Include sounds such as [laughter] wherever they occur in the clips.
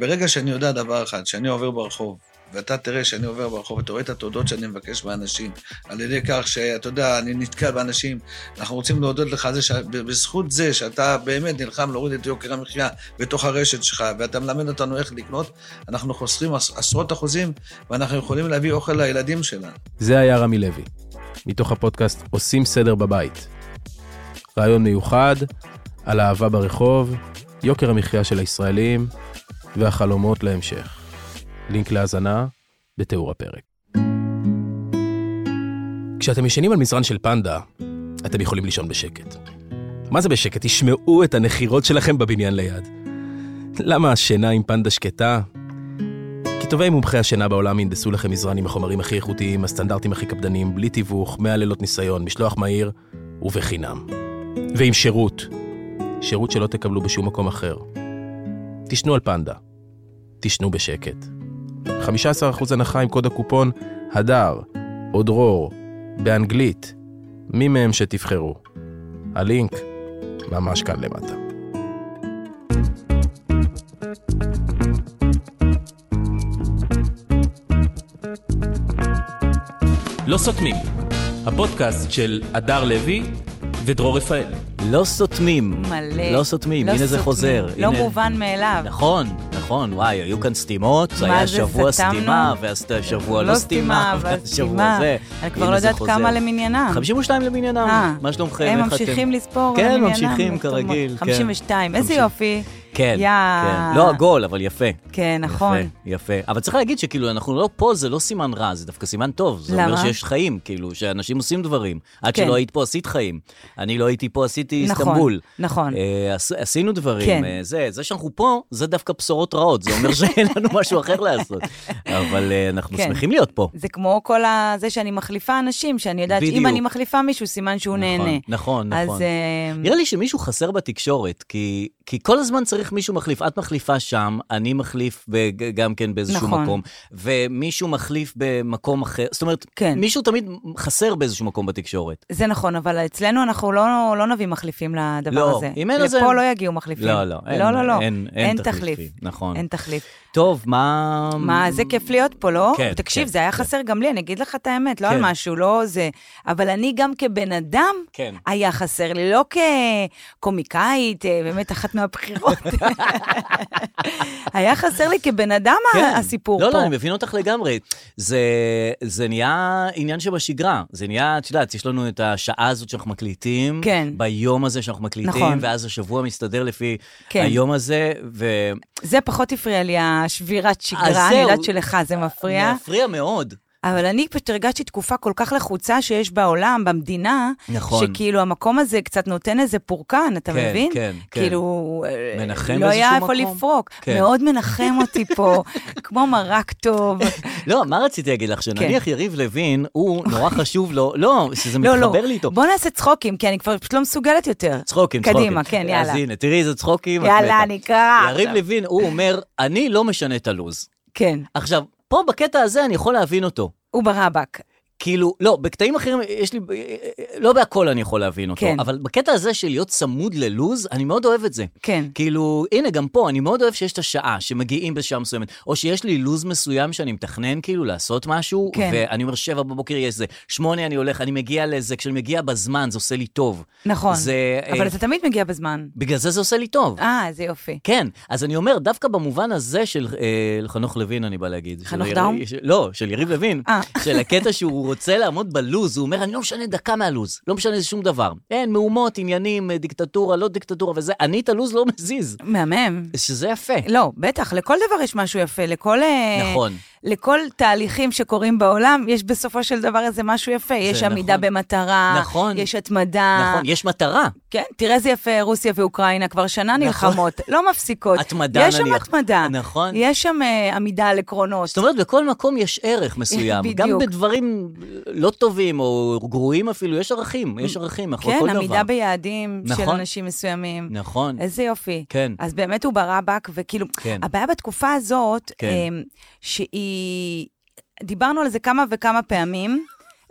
ברגע שאני יודע דבר אחד, שאני עובר ברחוב, ואתה תראה שאני עובר ברחוב, אתה רואה את התודות שאני מבקש מאנשים, על ידי כך שאתה יודע, אני נתקל באנשים, אנחנו רוצים להודות לך על זה, בזכות זה שאתה באמת נלחם להוריד את יוקר המחיה בתוך הרשת שלך, ואתה מלמד אותנו איך לקנות, אנחנו חוסכים עשרות אחוזים, ואנחנו יכולים להביא אוכל לילדים שלנו. זה היה רמי לוי, מתוך הפודקאסט עושים סדר בבית. רעיון מיוחד על אהבה ברחוב, יוקר המחיה של הישראלים והחלומות להמשך. לינק להאזנה בתיאור הפרק. כשאתם ישנים על מזרן של פנדה, אתם יכולים לישון בשקט. מה זה בשקט? תשמעו את הנחירות שלכם בבניין ליד. למה השינה עם פנדה שקטה? כי טובי מומחי השינה בעולם ינדסו לכם מזרן עם החומרים הכי איכותיים, הסטנדרטים הכי קפדניים, בלי תיווך, 100 לילות ניסיון, משלוח מהיר ובחינם. ועם שירות. שירות שלא תקבלו בשום מקום אחר. תשנו על פנדה. תשנו בשקט. 15% הנחה עם קוד הקופון הדר או דרור, באנגלית, מי מהם שתבחרו. הלינק ממש כאן למטה. לא סותמים, הפודקאסט של הדר לוי ודרור רפאל. לא סותמים. מלא. לא סותמים, לא הנה זה סותמים. חוזר. לא הנה- מובן מאליו. נכון, נכון, וואי, היו כאן סתימות, מה היה זה, שבוע סתמנו? סתימה, ואז שבוע לא לא סתימה, סתימה, אבל ואז סתימה. שבוע זה. אני כבר הנה לא זה יודעת חוזר. כמה למניינם. 52 אה. למניינם, מה שלומכם? הם איך אתם? ממשיכים לספור כן, למניינם, ממשיכים לתומות. כרגיל, כן. 52, איזה חמישים. יופי. כן, יא. כן. לא עגול, אבל יפה. כן, נכון. יפה, יפה. אבל צריך להגיד שכאילו, אנחנו לא פה, זה לא סימן רע, זה דווקא סימן טוב. זה אומר למה? שיש חיים, כאילו, שאנשים עושים דברים. עד כן. שלא היית פה, עשית חיים. אני לא הייתי פה, עשיתי נכון, איסטנבול. נכון. אה, עש- עשינו דברים. כן. אה, זה, זה שאנחנו פה, זה דווקא בשורות רעות. זה אומר [laughs] שאין לנו משהו אחר לעשות. אבל אה, אנחנו כן. שמחים להיות פה. זה כמו כל ה... זה שאני מחליפה אנשים, שאני יודעת בדיוק. שאם אני מחליפה מישהו, סימן שהוא נכון, נהנה. נכון, אז, נכון. אה, נראה לי שמישהו חסר בתקשורת, כי, כי כל הזמן צריך מישהו מחליף. את מחליפה שם, אני מחליף בג- גם כן באיזשהו נכון. מקום, ומישהו מחליף במקום אחר. זאת אומרת, כן. מישהו תמיד חסר באיזשהו מקום בתקשורת. זה נכון, אבל אצלנו אנחנו לא, לא נביא מחליפים לדבר לא, הזה. אם אין אז לפה אין. לא יגיעו מחליפים. לא, לא, אין- לא, לא, לא. אין- אין תחליף. תחליפים, נכון. אין תחליף. טוב, מה... מה, זה כיף להיות פה, לא? כן, תקשיב, כן, זה היה כן. חסר גם לי, אני אגיד לך את האמת, לא על כן. משהו, לא זה. אבל אני גם כבן אדם, כן. היה חסר לי, לא כקומיקאית, אה, באמת אחת מהבחירות. [laughs] היה חסר לי כבן אדם ה- הסיפור לא, פה. לא, אני מבין אותך לגמרי. זה, זה נהיה עניין שבשגרה. זה נהיה, את יודעת, יש לנו את השעה הזאת שאנחנו מקליטים, כן. ביום הזה שאנחנו מקליטים, נכון. ואז השבוע מסתדר לפי כן. היום הזה, ו... זה פחות הפריע לי, השבירת אז שגרה, אני זהו. יודעת שלך זה מפריע. מפריע מאוד. אבל אני פשוט הרגשתי תקופה כל כך לחוצה שיש בעולם, במדינה, נכון. שכאילו המקום הזה קצת נותן איזה פורקן, אתה כן, מבין? כן, כן. כאילו, אה, מנחם לא היה באיזשהו איפה מקום. לפרוק. כן. מאוד מנחם אותי [laughs] פה, כמו מרק טוב. לא, מה רציתי להגיד לך? שנניח יריב לוין, הוא [laughs] נורא חשוב לו, לא, שזה כן. לא, לא. מתחבר לי איתו. בוא נעשה צחוקים, כי אני כבר פשוט לא מסוגלת יותר. צחוקים, צחוקים. קדימה, כן, יאללה. אז הנה, תראי איזה צחוקים. את מתה. יאללה, אני אה, אקרא. יריב לוין, הוא אומר, אני לא משנה את הלו"ז. כן, עכשיו, פה בקטע הזה אני יכול להבין אותו. הוא ברבק. כאילו, לא, בקטעים אחרים יש לי, לא בהכל אני יכול להבין אותו, כן. אבל בקטע הזה של להיות צמוד ללוז, אני מאוד אוהב את זה. כן. כאילו, הנה, גם פה, אני מאוד אוהב שיש את השעה, שמגיעים בשעה מסוימת, או שיש לי לוז מסוים שאני מתכנן כאילו לעשות משהו, כן. ואני אומר, שבע בבוקר יש זה, שמונה אני הולך, אני מגיע לזה, כשאני מגיע בזמן, זה עושה לי טוב. נכון. זה... אבל אה, אתה תמיד מגיע בזמן. בגלל זה זה עושה לי טוב. אה, זה יופי. כן, אז אני אומר, דווקא במובן הזה של אה, חנוך לוין, אני בא להגיד. של חנוך יריב- דאום? של- לא, של יריב לוין. אה. של הקטע שהוא רוצה לעמוד בלוז, הוא אומר, אני לא משנה דקה מהלוז, לא משנה שום דבר. אין, מהומות, עניינים, אה, דיקטטורה, לא דיקטטורה וזה, אני את הלוז לא מזיז. מהמם. שזה יפה. לא, בטח, לכל דבר יש משהו יפה, לכל... אה, נכון. לכל תהליכים שקורים בעולם, יש בסופו של דבר איזה משהו יפה. יש עמידה נכון. במטרה, נכון. יש התמדה. נכון, יש מטרה. כן, תראה איזה יפה, רוסיה ואוקראינה כבר שנה נלחמות, לא מפסיקות. נכון. התמדה יש שם נניח. התמדה. נכון. יש שם אה, עמידה על עקרונות. זאת אומרת, בכל מקום יש ערך [laughs] מסוים. בדיוק. גם בדברים לא טובים או גרועים אפילו, יש ערכים, יש ערכים מאחורי כל כן, דבר. עמידה ביעדים של נכון. אנשים מסוימים. נכון. איזה יופי. כן. אז באמת הוא ברבק, וכאילו, כן. הבעיה בתקופה הזאת, כן. אמ, שהיא... דיברנו על זה כמה וכמה פעמים,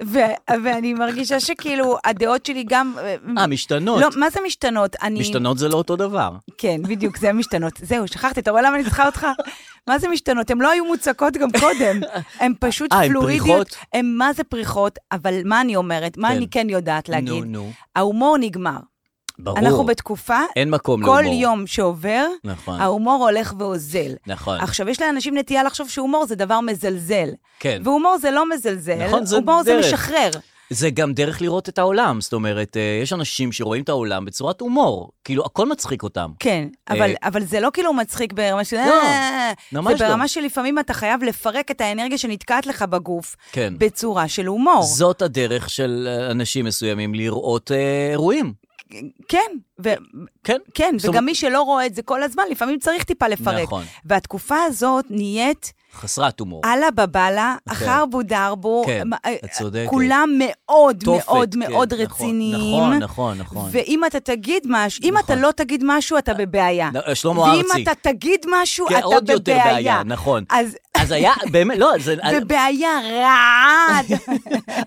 ו- ואני מרגישה שכאילו, הדעות שלי גם... אה, משתנות. לא, מה זה משתנות? אני... משתנות זה לא אותו דבר. כן, בדיוק, זה משתנות. זהו, שכחתי, אתה רואה למה אני צריכה אותך? מה זה משתנות? הן לא היו מוצקות גם קודם. הן פשוט אה, הן פריחות? פלואידיות. הן מה זה פריחות, אבל מה אני אומרת? מה כן. אני כן יודעת נו, להגיד? נו. ההומור נגמר. ברור. אנחנו בתקופה, אין מקום כל להומור. יום שעובר, נכון. ההומור הולך ואוזל. נכון. עכשיו, יש לאנשים נטייה לחשוב שהומור זה דבר מזלזל. כן. והומור זה לא מזלזל, נכון, זה הומור זה דרך. משחרר. זה גם דרך לראות את העולם. זאת אומרת, אה, יש אנשים שרואים את העולם בצורת הומור. כאילו, הכל מצחיק אותם. כן, אבל, אה, אבל זה לא כאילו מצחיק ברמה של... לא, "אה", ממש זה ברמה לא. שלפעמים אתה חייב לפרק את האנרגיה שנתקעת לך בגוף, כן. בצורה של הומור. זאת הדרך של אה, אנשים מסוימים לראות אה, אירועים. כן, ו... כן. כן, זאת אומרת- וגם מי שלא רואה את זה כל הזמן, לפעמים צריך טיפה לפרק. נכון. והתקופה הזאת נהיית חסרת הומור. אללה בבאללה, אחר בודרבו. כן, מה- את צודקת. כולם מאוד תופת, מאוד כן, מאוד נכון, רציניים. נכון, נכון, נכון. ואם אתה תגיד משהו, אם אתה לא תגיד משהו, אתה בבעיה. נ- לא, שלמה ארצי. ואם אתה תגיד משהו, כן, אתה עוד יותר בבעיה. בעיה, נכון. אז... אז היה, באמת, לא, זה... [laughs] בבעיה רעה. [laughs]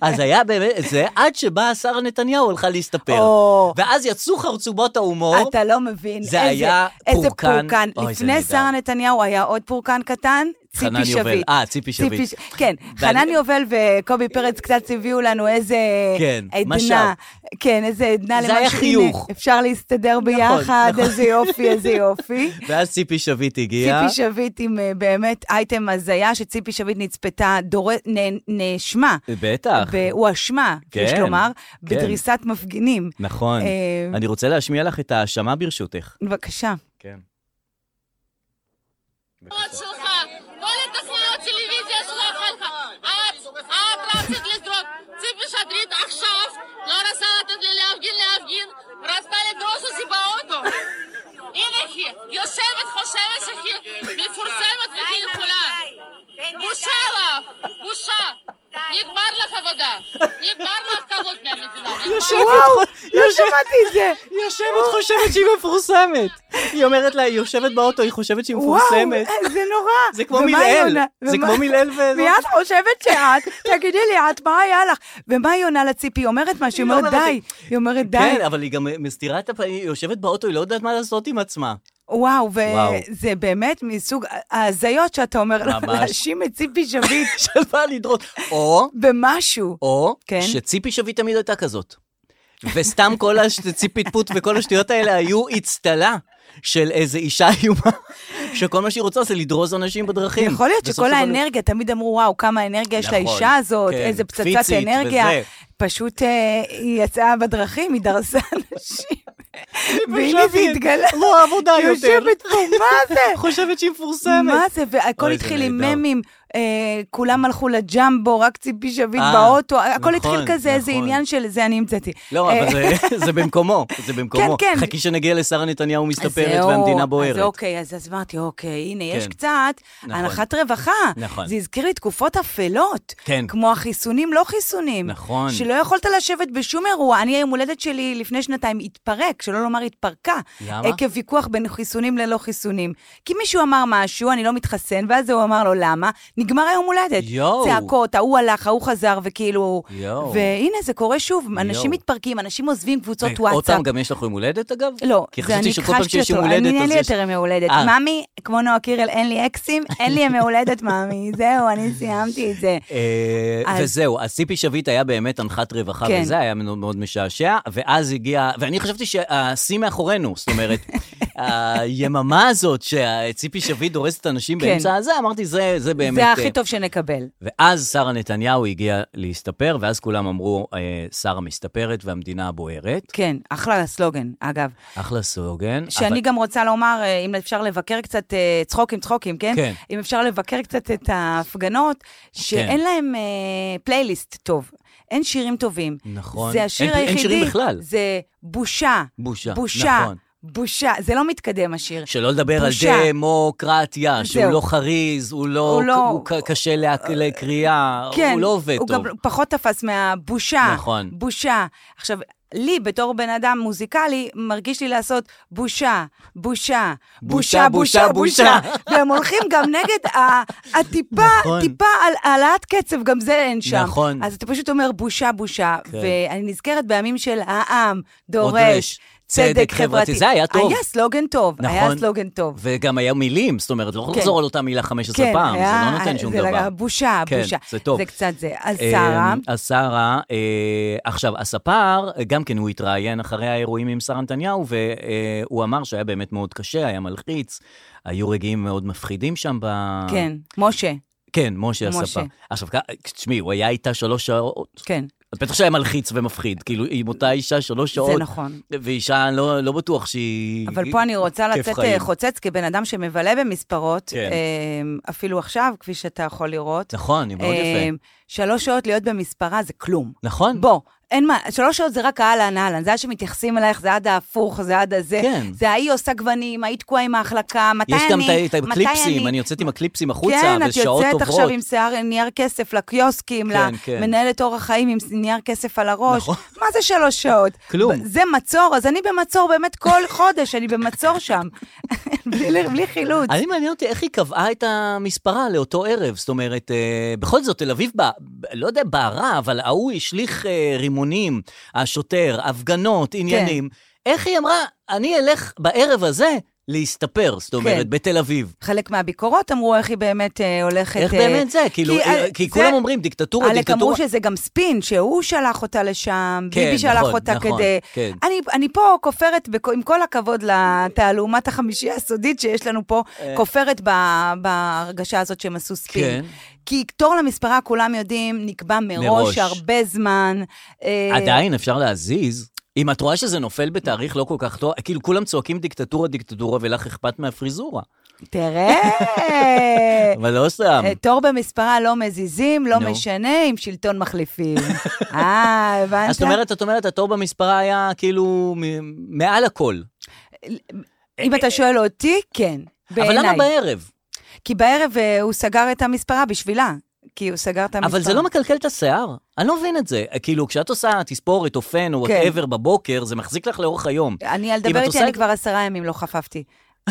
אז היה באמת, זה עד שבא השר נתניהו הלכה להסתפר. או. ואז יצאו חרצובות ההומור. אתה לא מבין. זה איזה- היה פורקן. איזה פורקן. אוי, זה לפני נהדר. שרה נתניהו היה עוד פורקן קטן, חנן ציפי יובל. שביט. אה, ציפי שביט. ש- כן, ואני- חנן יובל וקובי פרץ קצת הביאו לנו איזה כן, משל. עדנה. כן, איזה עדנה. זה למה היה שהנה, חיוך. אפשר להסתדר ביחד, נכון. איזה יופי, איזה [laughs] יופי. ואז ציפי שביט הגיעה. ציפי שביט עם אה, באמת אייטם הזיה, שציפי שביט נצפתה, דור... נ- נאשמה. בטח. הואשמה, יש אה, כן, לומר, כן. בדריסת מפגינים. נכון. אה, אני רוצה להשמיע לך את ההאשמה ברשותך. בבקשה. כן. השמאל שלך, כל התסמונות טלוויזיה שלך הלכה. את, את רצית לזרוק. ציפי שטרית עכשיו לא רצה לתת לי להפגין להפגין, רצתה לדרוס אותי באוטו. הנה היא, יושבת, חושבת שהיא מפורסמת והיא יכולה. בושה לך, בושה. נגמר לך עבודה, נגמר לך כבוד מהמדינה. נגמר. וואו, לא שמעתי את זה. היא יושבת חושבת שהיא מפורסמת. היא אומרת לה, היא יושבת באוטו, היא חושבת שהיא וואו, אה, מפורסמת. זה נורא. זה כמו ומה היא מילאל. עונה? זה ומה- כמו מילאל ו- מי את חושבת [laughs] שאת? תגידי לי, את, מה היה לך? ומה היא עונה לציפי? היא אומרת משהו, היא לא אומרת די. אומרת- היא אומרת די. כן, אבל היא גם מסתירה את הפנים, היא יושבת באוטו, היא לא יודעת מה לעשות עם עצמה. [laughs] וואו, וואו. וזה באמת מסוג ההזיות שאתה אומר, ממש. [laughs] להאשים את ציפי שביט של מה לדרוס. או, במשהו. או, כן. שציפי שביט תמיד הייתה כזאת. וסתם כל הציפית פוט וכל השטויות האלה היו אצטלה של איזו אישה איומה, שכל מה שהיא רוצה זה לדרוס אנשים בדרכים. לא- יכול להיות וסוף שכל סוף אני- [laughs] האנרגיה, תמיד אמרו, וואו, כמה אנרגיה יש נכון, לאישה הזאת, כן, איזה פצצת קפיצית אנרגיה. וזה. פשוט אה, היא יצאה בדרכים, היא דרסה אנשים. והנה שביט, זה התגלה. לא עבודה היא יותר. יושבת פה, מה זה? [laughs] חושבת שהיא מפורסמת. מה זה? והכל אוי, התחיל זה עם נהדר. ממים, אה, כולם הלכו לג'מבו, רק ציפי שביט אה, באוטו, הכל נכון, התחיל כזה, איזה נכון. עניין של זה אני המצאתי. לא, אה, אבל זה- [laughs] זה במקומו, זה במקומו. כן. חכי שנגיע לשרה נתניהו אז מסתפרת זהו, והמדינה בוערת. אז אוקיי, אז אז אמרתי, אוקיי, הנה, יש כן. קצת נכון. הנחת רווחה. נכון. זה הזכיר לי תקופות אפלות. כן. כמו החיסונים, לא חיסונים. נכון. שלא יכולת לשבת בשום אירוע. אני, היום הולדת שלי לפני שנתיים התפרק, שלא לומר התפרקה. למה? עקב ויכוח בין חיסונים ללא חיסונים. כי מישהו אמר משהו, אני לא מתחסן, ואז הוא אמר לו, למה? נגמר היום הולדת. יואו. צעקות, ההוא הלך, ההוא חזר, וכאילו... יואו. והנה, זה קורה שוב. יואו. אנשים מתפרקים, אנשים עוזבים קבוצות ו- אה, עוד וואטסאפ. פעם, גם יש לך יום הולדת אגב? לא, כי זה חשבתי אני שכל פעם שיש הכחשתי יום אותו, הולדת, אני אין אז לי יש- יותר ימי הולדת. אה. ממי, כמו נועה קירל, אין לי [laughs] אקסים, אין לי ימי הולדת, ממי. זהו, אני סיימתי את זה. אה, אז- וזהו, אז ציפי שביט היה באמת אנחת רווחה, כן. וזה היה מאוד מאוד משעשע, ואז הגיע, ואני חשבתי שהשיא מאחורינו, זאת [laughs] אומרת, היממה הזאת שציפי שביט דורסת אנשים כן. באמצע הזה, אמרתי, זה זה באמת... זה אה, הכי טוב שנקבל. ואז שרה נתניהו הגיעה להסתפר, ואז כולם אמרו, אה, שרה מסתפרת והמדינה בוערת. כן, אחלה הסלוגן, אגב. אחלה סלוגן. שאני אבל- גם רוצה לומר, אה, אם אפשר לבקר קצת, אה, צחוקים, צחוקים, כן? כן. אם אפשר לבקר קצת את ההפגנות, שאין להם אה, פלייליסט טוב. אין שירים טובים. נכון. זה השיר אין- אין היחידי. שירים בכלל. זה בושה. בושה, בושה. נכון. בושה. זה לא מתקדם, השיר. שלא לדבר על בושה. דמוקרטיה, שהוא זהו. לא חריז, הוא לא, הוא לא- כן, הוא ק- קשה להק- לקריאה, הוא לא עובד הוא טוב. גם פחות תפס מהבושה. נכון. בושה. עכשיו, לי, בתור בן אדם מוזיקלי, מרגיש לי לעשות בושה, בושה, בושה, בושה, בושה, בושה, בושה. בושה. [laughs] והם הולכים גם נגד ה- הטיפה, נכון. טיפה על העלאת קצב, גם זה אין שם. נכון. אז אתה פשוט אומר בושה, בושה. כן. ואני נזכרת בימים של העם דורש דורש צדק צדק חברתי. חברתי. זה היה טוב. היה סלוגן טוב, היה נכון. סלוגן טוב. וגם היה מילים, זאת אומרת, לא כן. לחזור על אותה מילה 15 פעם, זה היה- לא נותן שום זה דבר. לג- בושה, כן, בושה. זה טוב. זה קצת זה. אז אה, שרה, אז שרה, אה, עכשיו, הספר, אה, גם כן הוא התראיין אחרי האירועים עם שרה נתניהו, והוא אמר שהיה באמת מאוד קשה, היה מלחיץ, היו רגעים מאוד מפחידים שם ב... כן, משה, כן, משה משה. הספר. עכשיו, כ- תשמעי, הוא היה איתה שלוש שעות. כן, אז בטח שהיה מלחיץ ומפחיד, כאילו, עם אותה אישה שלוש שעות. זה נכון. ואישה, לא, לא בטוח שהיא... אבל פה אני רוצה כיף לצאת חיים. אה, חוצץ כבן אדם שמבלה במספרות, כן. אה, אפילו עכשיו, כפי שאתה יכול לראות. נכון, היא מאוד אה, יפה. שלוש שעות להיות במספרה זה כלום. נכון? בוא, אין מה, שלוש שעות זה רק אהלן אהלן, זה עד שמתייחסים אלייך, זה עד ההפוך, זה עד הזה. כן. זה ההיא עושה גוונים, ההיא תקועה עם ההחלקה, מתי יש אני, גם את ה- את מתי הקליפסים, אני אני יוצאת עם הקליפסים החוצה, כן, את ושעות יוצאת טובות. עכשיו עם שיער, נייר כסף לקיוסקים, כן, כן, כן. למנהלת אורח חיים עם נייר כסף על הראש. נכון. מה זה שלוש שעות? [laughs] כלום. ב- זה מצור, אז אני במצור באמת [laughs] כל חודש, אני במצור שם. [laughs] בלי, בלי חילוץ. אני מעניין אותי איך היא קבעה את המספרה לאותו ערב. זאת אומרת, אה, בכל זאת, תל אביב, בע- ב- לא יודע, בערה, אבל ההוא השליך אה, רימונים, השוטר, הפגנות, כן. עניינים. איך היא אמרה, אני אלך בערב הזה להסתפר, זאת כן. אומרת, בתל אביב. חלק מהביקורות אמרו איך היא באמת אה, הולכת... איך אה, באמת זה? כאילו, אה, אה, כי זה- כולם אומרים, דיקטטורה, עלק אמרו דיקטטורה. שזה גם ספין, שהוא שלח אותה לשם, כן, ביבי שלח נכון, אותה נכון, כדי... כן. אני, אני פה כופרת, בכ... עם כל הכבוד לתעלומת החמישייה הסודית שיש לנו פה, כופרת ב... בהרגשה הזאת שהם עשו ספין. אה. כן. כי תור למספרה, כולם יודעים, נקבע מראש, מראש. הרבה זמן. אה, עדיין אפשר להזיז. אם את רואה שזה נופל בתאריך לא כל כך טוב, כאילו כולם צועקים דיקטטורה, דיקטטורה, ולך אכפת מהפריזורה. [laughs] תראה. אבל לא סתם. אה, תור במספרה לא מזיזים, לא נו. משנה, עם שלטון מחליפים. אה, הבנת? [laughs] אז זאת אומרת, את אומרת, התור במספרה היה כאילו מ- מעל הכל. אם אתה שואל אותי, כן. אבל למה בעיניי. בערב? כי בערב אה, הוא סגר את המספרה בשבילה. כי הוא סגר את המספרה. אבל זה לא מקלקל את השיער. אני לא מבין את זה. כאילו, כשאת עושה תספורת, אופן או כן. וואטאבר בבוקר, זה מחזיק לך לאורך היום. אני, אל אם את תדבר עושה איתי, את- אני כבר עשרה ימים לא חפפתי.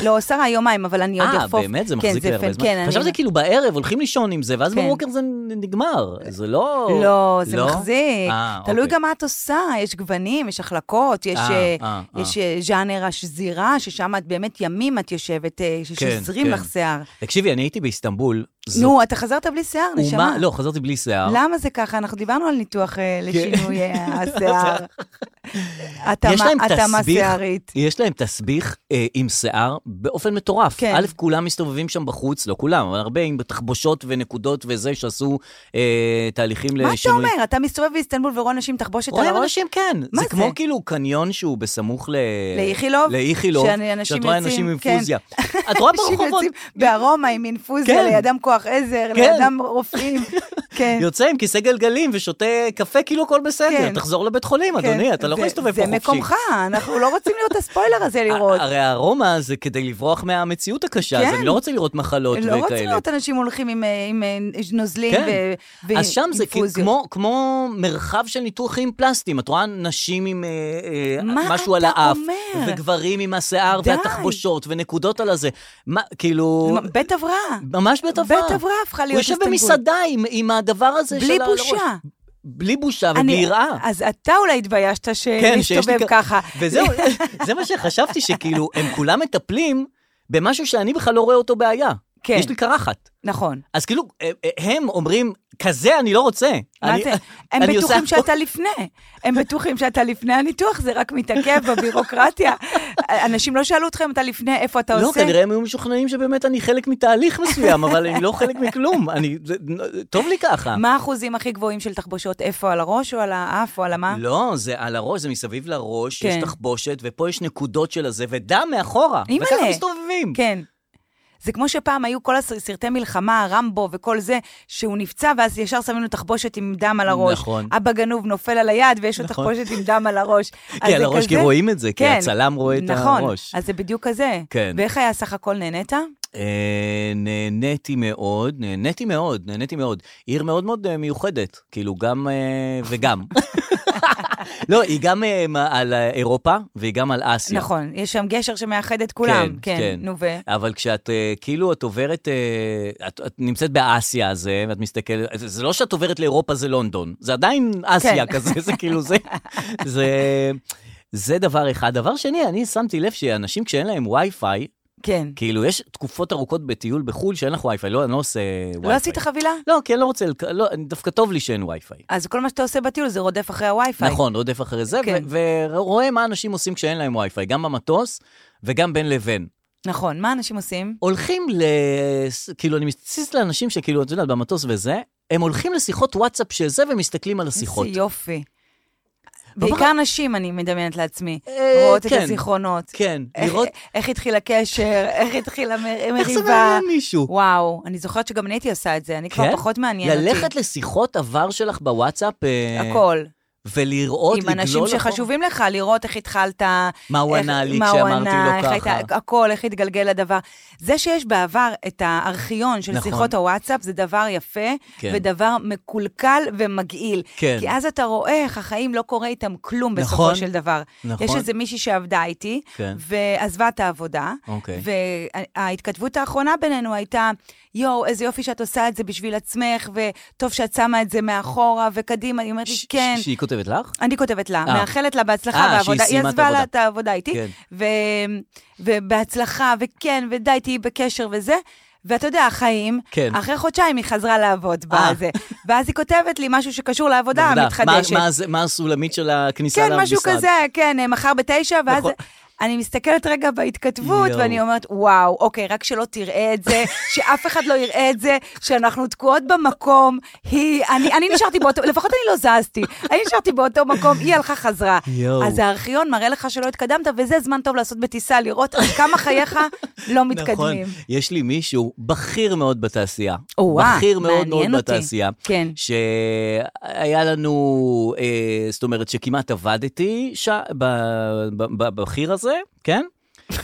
לא, עשרה יומיים, אבל אני עוד אה, אחפוף. באמת? זה מחזיק כן, לי זה הרבה פן, זמן. כן, אני- חשבתי כאילו בערב הולכים לישון עם זה, ואז כן. בבוקר זה נגמר. זה לא... לא, זה מחזיק. אה, תלוי אוקיי. גם מה את עושה, יש גוונים, יש החלקות, יש, אה, אה, אה, אה. יש אה, ז'אנר השזירה, ששם את באמת ימים את יושבת, אה, ששוזרים כן. לך שיער. תקשיבי, אני הייתי באיסטנבול. זו נו, אתה חזרת בלי שיער, נשמה. אומה- לא, כן. חזרתי בלי שיער. למה זה ככה? אנחנו דיברנו על ניתוח אה, לשינוי אה, [laughs] השיער. יש להם התאמה- התאמה תסביך, שיערית. יש להם תסביך אה, עם שיער באופן מטורף. כן. א', כולם מסתובבים שם בחוץ, לא כולם, אבל הרבה עם תחבושות ונקודות וזה, שעשו אה, תהליכים מה אתה לשינוי. אומר? אתה מסתובב באיסטנבול ורואה אנשים עם תחבושת על רואים הראש? אנשים, כן. מה זה זה? כמו כאילו קניון שהוא בסמוך ל... לאיכילוב? לאיכילוב. שאני- אנשים שאת רואה יוצאים, אנשים עם כן. פוזיה. את רואה [laughs] אנשים ברחובות, יוצאים בארומה עם אינפוזיה, כן. לידם כוח עזר, כן. לידם [laughs] רופאים. כן. יוצא עם כיסא גלגלים ושותה קפה, כאילו הכל בסדר. כן. תחזור לבית חולים, אדוני, כן, אתה לא יכול זה- להסתובב פה חופשי. זה מקומך, אנחנו לא רוצים לראות את הספוילר [laughs] הזה לראות. הרי הרומא זה כדי לברוח מהמציאות הקשה, אז כן. אני לא רוצה לראות מחלות וכאלה. לא רוצים לראות אנשים הולכים עם, אה, עם אה, נוזלים כן. ו- אז שם זה כאילו ואינפוזיות. כמו, כמו מרחב של ניתוחים פלסטיים. את רואה נשים עם אה, אה, מה משהו על אתה האף, אומר? וגברים עם השיער די. והתחבושות ונקודות על הזה. מה, כאילו, מה, בית הבראה. ממש בית הבראה. בית הבראה הפכה הוא להיות יושב איסטנבול. במסעדה עם, עם הדבר הזה של בלי ה- על הראש. בושה. בלי בושה ובלי אני- יראה. אז אתה אולי התביישת כן, שיש לי שלהסתובב כ- ככה. וזהו, זה מה שחשבתי, שכאילו, הם כולם מטפלים במשהו שאני בכלל לא רואה אותו בעיה. [laughs] כן. יש לי קרחת. נכון. אז כאילו, אה, אה, הם אומרים, כזה אני לא רוצה. מה אני- זה? הם אני עושה בטוחים הכל." שאתה לפני. הם בטוחים שאתה לפני הניתוח, זה רק מתעכב בבירוקרטיה. [laughs] אנשים לא שאלו אותך אם אתה לפני, איפה אתה לא, עושה. כנראה הם היו משוכנעים שבאמת אני חלק מתהליך מסוים, אבל אני לא חלק מכלום. אני, זה- טוב לי ככה. מה האחוזים הכי גבוהים של תחבושות? איפה, על הראש או על האף או על המה? לא, זה על הראש, זה מסביב לראש, יש כן. תחבושת, ופה יש נקודות של הזה, ודם מאחורה. אימא'לה. וככה מסתובבים. כן. זה כמו שפעם היו כל הסרטי מלחמה, רמבו וכל זה, שהוא נפצע, ואז ישר שמים לו תחבושת עם דם על הראש. נכון. אבא גנוב נופל על היד, ויש לו נכון. כן, תחבושת עם דם על [laughs] הראש. אז על זה הראש, כי כזה- רואים את זה, כי כן. הצלם רואה את נכון, הראש. אז זה בדיוק כזה. כן. ואיך היה סך הכל, נהנית? אה, נהניתי מאוד, נהניתי מאוד, נהניתי מאוד. עיר מאוד מאוד אה, מיוחדת, כאילו גם אה, וגם. [laughs] לא, היא גם אה, מה- על אה, אירופה והיא גם על אסיה. נכון, יש שם גשר שמאחד את כולם. כן, כן. נו ו... אבל כשאת, אה, כאילו, את עוברת, אה, את, את נמצאת באסיה הזה, ואת מסתכלת, זה, זה לא שאת עוברת לאירופה, זה לונדון. זה עדיין אסיה כן. כזה, זה כאילו [laughs] זה, זה... זה דבר אחד. דבר שני, אני שמתי לב שאנשים כשאין להם וי-פיי, כן. כאילו, יש תקופות ארוכות בטיול בחו"ל שאין לך וי-פיי, לא, אני לא עושה וי-פיי. לא עשית חבילה? לא, כי אני לא רוצה, לק- לא, אני- דווקא טוב לי שאין וי-פיי. אז כל מה שאתה עושה בטיול זה רודף אחרי הווי-פיי. נכון, רודף אחרי זה, כן. ו- ורואה מה אנשים עושים כשאין להם וי-פיי, גם במטוס וגם בין לבין. נכון, מה אנשים עושים? הולכים ל... כאילו, אני מציץ לאנשים שכאילו, את יודעת, במטוס וזה, הם הולכים לשיחות וואטסאפ של זה ומסתכלים על השיחות. איזה יופי. לא בעיקר נשים, אני מדמיינת לעצמי, אה, רואות את כן. הזיכרונות. כן, איך- לראות איך התחיל [laughs] הקשר, איך התחיל איך זה המריבה. מעניין מישהו. וואו, אני זוכרת שגם אני הייתי עושה את זה, אני כבר כן? פחות מעניין אותי. ללכת לשיחות עבר שלך בוואטסאפ, אה, הכל. ולראות, עם אנשים לגלול אחורה. שחשובים לך, לראות איך התחלת. מה הוא איך- ענה לי מה הוא כשאמרתי ענה, לו איך ככה. הייתה- הכל, איך התגלגל הדבר. זה שיש בעבר את הארכיון של נכון. שיחות הוואטסאפ, זה דבר יפה, כן. ודבר מקולקל ומגעיל. כן. כי אז אתה רואה איך החיים לא קורה איתם כלום נכון, בסופו של דבר. נכון. יש איזה מישהי שעבדה איתי, כן. ועזבה את העבודה, אוקיי. וההתכתבות האחרונה בינינו הייתה, יואו, איזה יופי שאת עושה את זה בשביל עצמך, וטוב שאת שמה את זה מאחורה וקדימה. היא אומרת לי, ש- כן. ש- שהיא כותבת לך? אני כותבת לה, אה. מאחלת לה אה, בהצלחה שהיא בעבודה. היא סיימה את עזבה העבודה. לה את העבודה איתי, כן. ו- ובהצלחה, וכן, ודי, תהיי בקשר וזה. ואתה יודע, החיים, כן. אחרי חודשיים היא חזרה לעבוד אה. בזה. ואז היא כותבת לי משהו שקשור לעבודה עבודה. המתחדשת. מה- מה זה- מה הסולמית של הכניסה כן, למשרד? משהו כזה, כן, מחר בתשע, ואז... נכון. אני מסתכלת רגע בהתכתבות, יואו. ואני אומרת, וואו, אוקיי, רק שלא תראה את [laughs] זה, שאף אחד לא יראה את זה, שאנחנו תקועות במקום, היא, אני, אני נשארתי באותו, לפחות אני לא זזתי, אני נשארתי באותו מקום, היא הלכה חזרה. יואו. אז הארכיון מראה לך שלא התקדמת, וזה זמן טוב לעשות בטיסה, לראות עד כמה חייך לא מתקדמים. נכון. יש לי מישהו בכיר מאוד בתעשייה. או-אה, בכיר מאוד מעניין מאוד אותי. בתעשייה. כן. שהיה לנו, אה, זאת אומרת שכמעט עבדתי ש... ב... ב... ב... בכיר הזה, כן?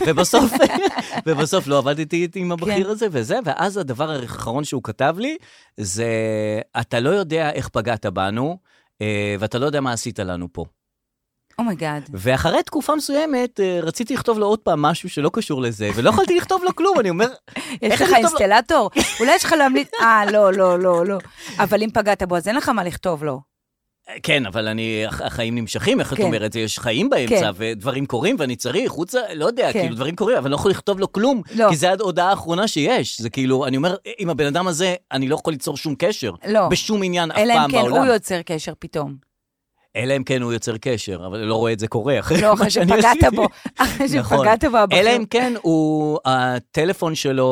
ובסוף, [laughs] ובסוף לא עבדתי עם הבכיר כן. הזה וזה, ואז הדבר האחרון שהוא כתב לי, זה, אתה לא יודע איך פגעת בנו, אה, ואתה לא יודע מה עשית לנו פה. אומייגאד. ואחרי תקופה מסוימת, אה, רציתי לכתוב לו עוד פעם משהו שלא קשור לזה, ולא יכולתי לכתוב לו כלום, אני אומר, יש לך איך אני אכתוב לו? אינסטלטור? אולי יש לך להמליץ... אה, לא, לא, לא, לא. אבל אם פגעת בו, אז אין לך מה לכתוב לו. כן, אבל אני, הח- החיים נמשכים, איך את כן. אומרת? יש חיים באמצע, כן. ודברים קורים, ואני צריך, חוצה, לא יודע, כן. כאילו דברים קורים, אבל אני לא יכול לכתוב לו כלום, לא. כי זה ההודעה האחרונה שיש. זה כאילו, אני אומר, עם הבן אדם הזה, אני לא יכול ליצור שום קשר. לא. בשום עניין אף אלא פעם אם כן הוא בעולם. יוצר קשר פתאום. אלא אם כן הוא יוצר קשר, אבל לא רואה את זה קורה. אחרי לא, מה אחרי שאני שפגעת עשיתי. בו. אחרי נכון. שפגעת בו, הבחור. אלא אם כן הוא, הטלפון שלו,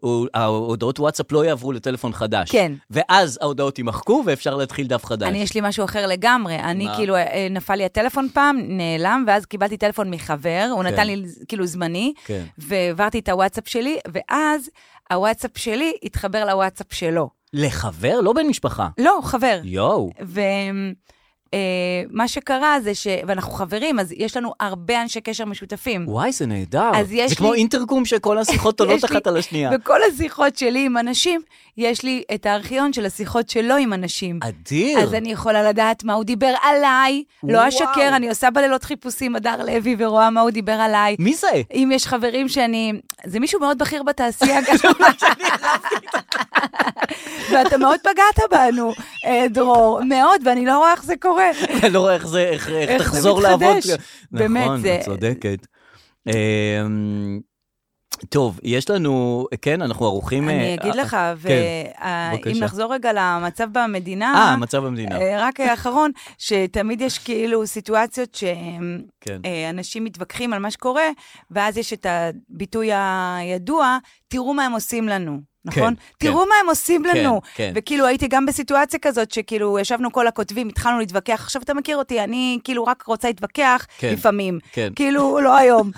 הוא- ההודעות וואטסאפ לא יעברו לטלפון חדש. כן. ואז ההודעות יימחקו ואפשר להתחיל דף חדש. אני, יש לי משהו אחר לגמרי. אני, מה? כאילו, אה, נפל לי הטלפון פעם, נעלם, ואז קיבלתי טלפון מחבר, הוא כן. נתן לי, כאילו, זמני, כן. והעברתי את הוואטסאפ שלי, ואז הוואטסאפ שלי התחבר לוואטסאפ שלו. לחבר? לא בן משפחה. לא, חבר. יואו. ומה שקרה זה ש... ואנחנו חברים, אז יש לנו הרבה אנשי קשר משותפים. וואי, זה נהדר. אז יש זה כמו לי- אינטרקום שכל השיחות עולות [laughs] יש לי- אחת על השנייה. בכל השיחות שלי עם אנשים, יש לי את הארכיון של השיחות שלו עם אנשים. אדיר. אז אני יכולה לדעת מה הוא דיבר עליי. וואו. לא אשקר, אני עושה בלילות חיפושים, הדר לוי, ורואה מה הוא דיבר עליי. מי [laughs] זה? אם יש חברים שאני... זה מישהו מאוד בכיר [laughs] בתעשייה לא, גם. ואתה מאוד פגעת בנו, אה, דרור, מאוד, ואני לא רואה איך זה קורה. אני לא רואה איך זה, איך, איך, איך זה תחזור לעבוד. מתחדש? באמת, נכון, זה- את צודקת. אמ, טוב, יש לנו, כן, אנחנו ערוכים... אני אה, אגיד אה, לך, כן, ואם בבקשה. נחזור רגע למצב במדינה... אה, המצב במדינה, אה, רק האחרון, שתמיד יש כאילו סיטואציות שהם... כן. אה, אנשים מתווכחים על מה שקורה, ואז יש את הביטוי הידוע, תראו מה הם עושים לנו, נכון? כן. תראו מה הם עושים לנו. כן. וכאילו, הייתי גם בסיטואציה כזאת, שכאילו, ישבנו כל הכותבים, התחלנו להתווכח, עכשיו אתה מכיר אותי, אני כאילו רק רוצה להתווכח כן. לפעמים. כן. כאילו, לא [laughs] היום.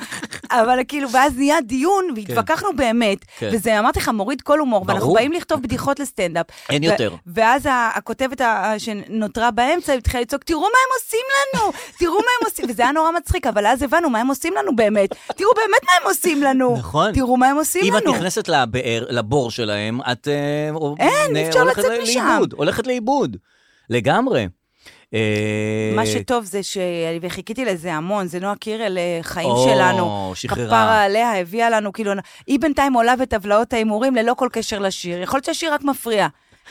אבל כאילו, ואז נהיה דיון, והתווכחנו באמת. כן. וזה, אמרתי לך, מוריד כל הומור, ואנחנו ברור. באים לכתוב בדיחות לסטנדאפ. אין ו- יותר. ואז ה- הכותבת ה- ה- שנותרה באמצע, התחילה לצעוק, תראו מה הם עושים לנו, תראו מה הם עושים, וזה היה נורא מצחיק, אבל אז הבנו מה הם עושים לנו באמת. תראו באמת מה הם עושים לנו. נכון. תראו מה הם עושים אם לנו. את נכנסת לבאר, לבור שלהם, את... אה, או- אין, אי אה, אפשר הולכת לצאת ל- משם. לאיבוד, הולכת לאיבוד. לגמרי. אה, מה שטוב זה ש... וחיכיתי לזה המון, זה נועה קירל אה, חיים או, שלנו. שחררה. כפרה עליה, הביאה לנו, כאילו, היא בינתיים עולה בטבלאות ההימורים ללא כל קשר לשיר. יכול להיות שהשיר רק מפריע.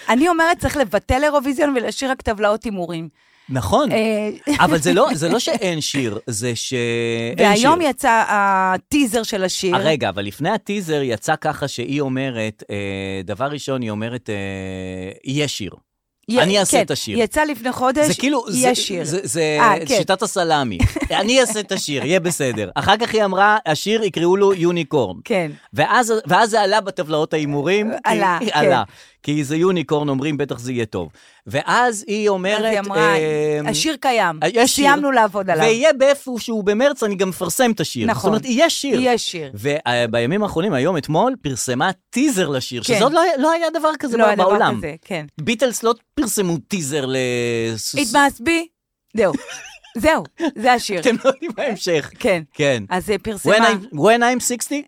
אני אומרת, צריך לבטל אירוויזיון ולהשאיר רק טבלאות [laughs] הימורים. נכון. אה, אבל זה לא, זה לא שאין שיר, זה שאין שיר. והיום יצא הטיזר של השיר. אה, רגע, אבל לפני הטיזר יצא ככה שהיא אומרת, אה, דבר ראשון, היא אומרת, אה, יהיה שיר. י- אני אעשה כן, את השיר. יצא לפני חודש, זה כאילו, יהיה זה- שיר. זה- זה אה, כן. שיטת הסלאמי. אני אעשה את השיר, יהיה בסדר. אחר כך היא אמרה, השיר יקראו לו יוניקורן. כן. ואז, ואז זה עלה בטבלאות ההימורים. כי- עלה, כן. עלה. כי זה יוניקורן, אומרים, בטח זה יהיה טוב. ואז היא אומרת... אז היא אמרה, אמ, השיר קיים, יש שיר, סיימנו לעבוד עליו. ויהיה באיפשהו במרץ, אני גם מפרסם את השיר. נכון. זאת אומרת, יהיה שיר. יהיה שיר. ובימים האחרונים, היום, אתמול, פרסמה טיזר לשיר, כן. שזה עוד לא, היה- לא היה דבר כזה לא ב- היה דבר בעולם. כזה, כן. ביטלס לא פרסמו טיזר ל... It must be, זהו, זהו, זה השיר, [laughs] אתם לא יודעים בהמשך. כן. כן. אז אה, פרסמה, When כן, I'm- When I'm 60?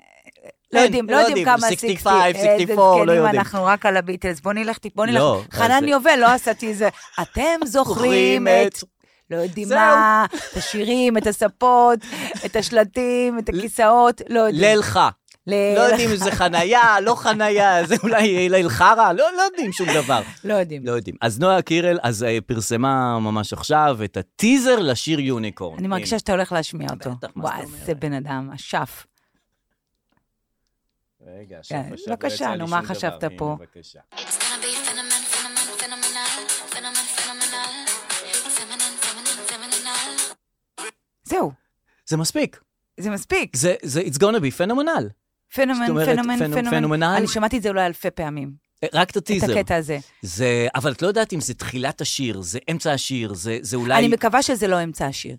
לא אין, יודעים, לא יודעים כמה אה, 65, 64, לא איזה זקנים יודעים. כן, אנחנו רק על הביטלס, בוא נלך, טיפ- בוא נלך. לא, אז חנן זה- יובל לא עשיתי זה. [laughs] אתם זוכרים את... לא יודעים זהו. מה, את השירים, את הספות, את השלטים, את הכיסאות, לא יודעים. לילך. ליל- לא יודעים אם זה חנייה, לא חנייה, זה אולי ליל חרא, לא לא יודעים שום דבר. [laughs] לא יודעים. לא יודעים. אז נועה קירל, אז אה, פרסמה ממש עכשיו את הטיזר לשיר יוניקורן. אני מרגישה שאתה הולך להשמיע אותו. בטח, מה זאת וואי, אומרת? זה בן אדם, אשף. הנה. רגע, כן, לא עכשיו לא קשה, יצא לי נו, שום מה דבר. חשבת הנה, פה? בבקשה. It's gonna be phenomen, phenomen, phenomenal, phenomen, phenomenal, feminine, feminine, phenomenal. זהו, זה מספיק. זה מספיק. זה, זה, it's gonna be פנומנל. פנומן, זאת אומרת, פנומן, פנו- פנומן. פנומנל. אני שמעתי את זה אולי אלפי פעמים, אה, רק את את הטיזר. הקטע הזה. זה, אבל את לא יודעת אם זה תחילת השיר, זה אמצע השיר, זה, זה אולי... אני מקווה שזה לא אמצע השיר.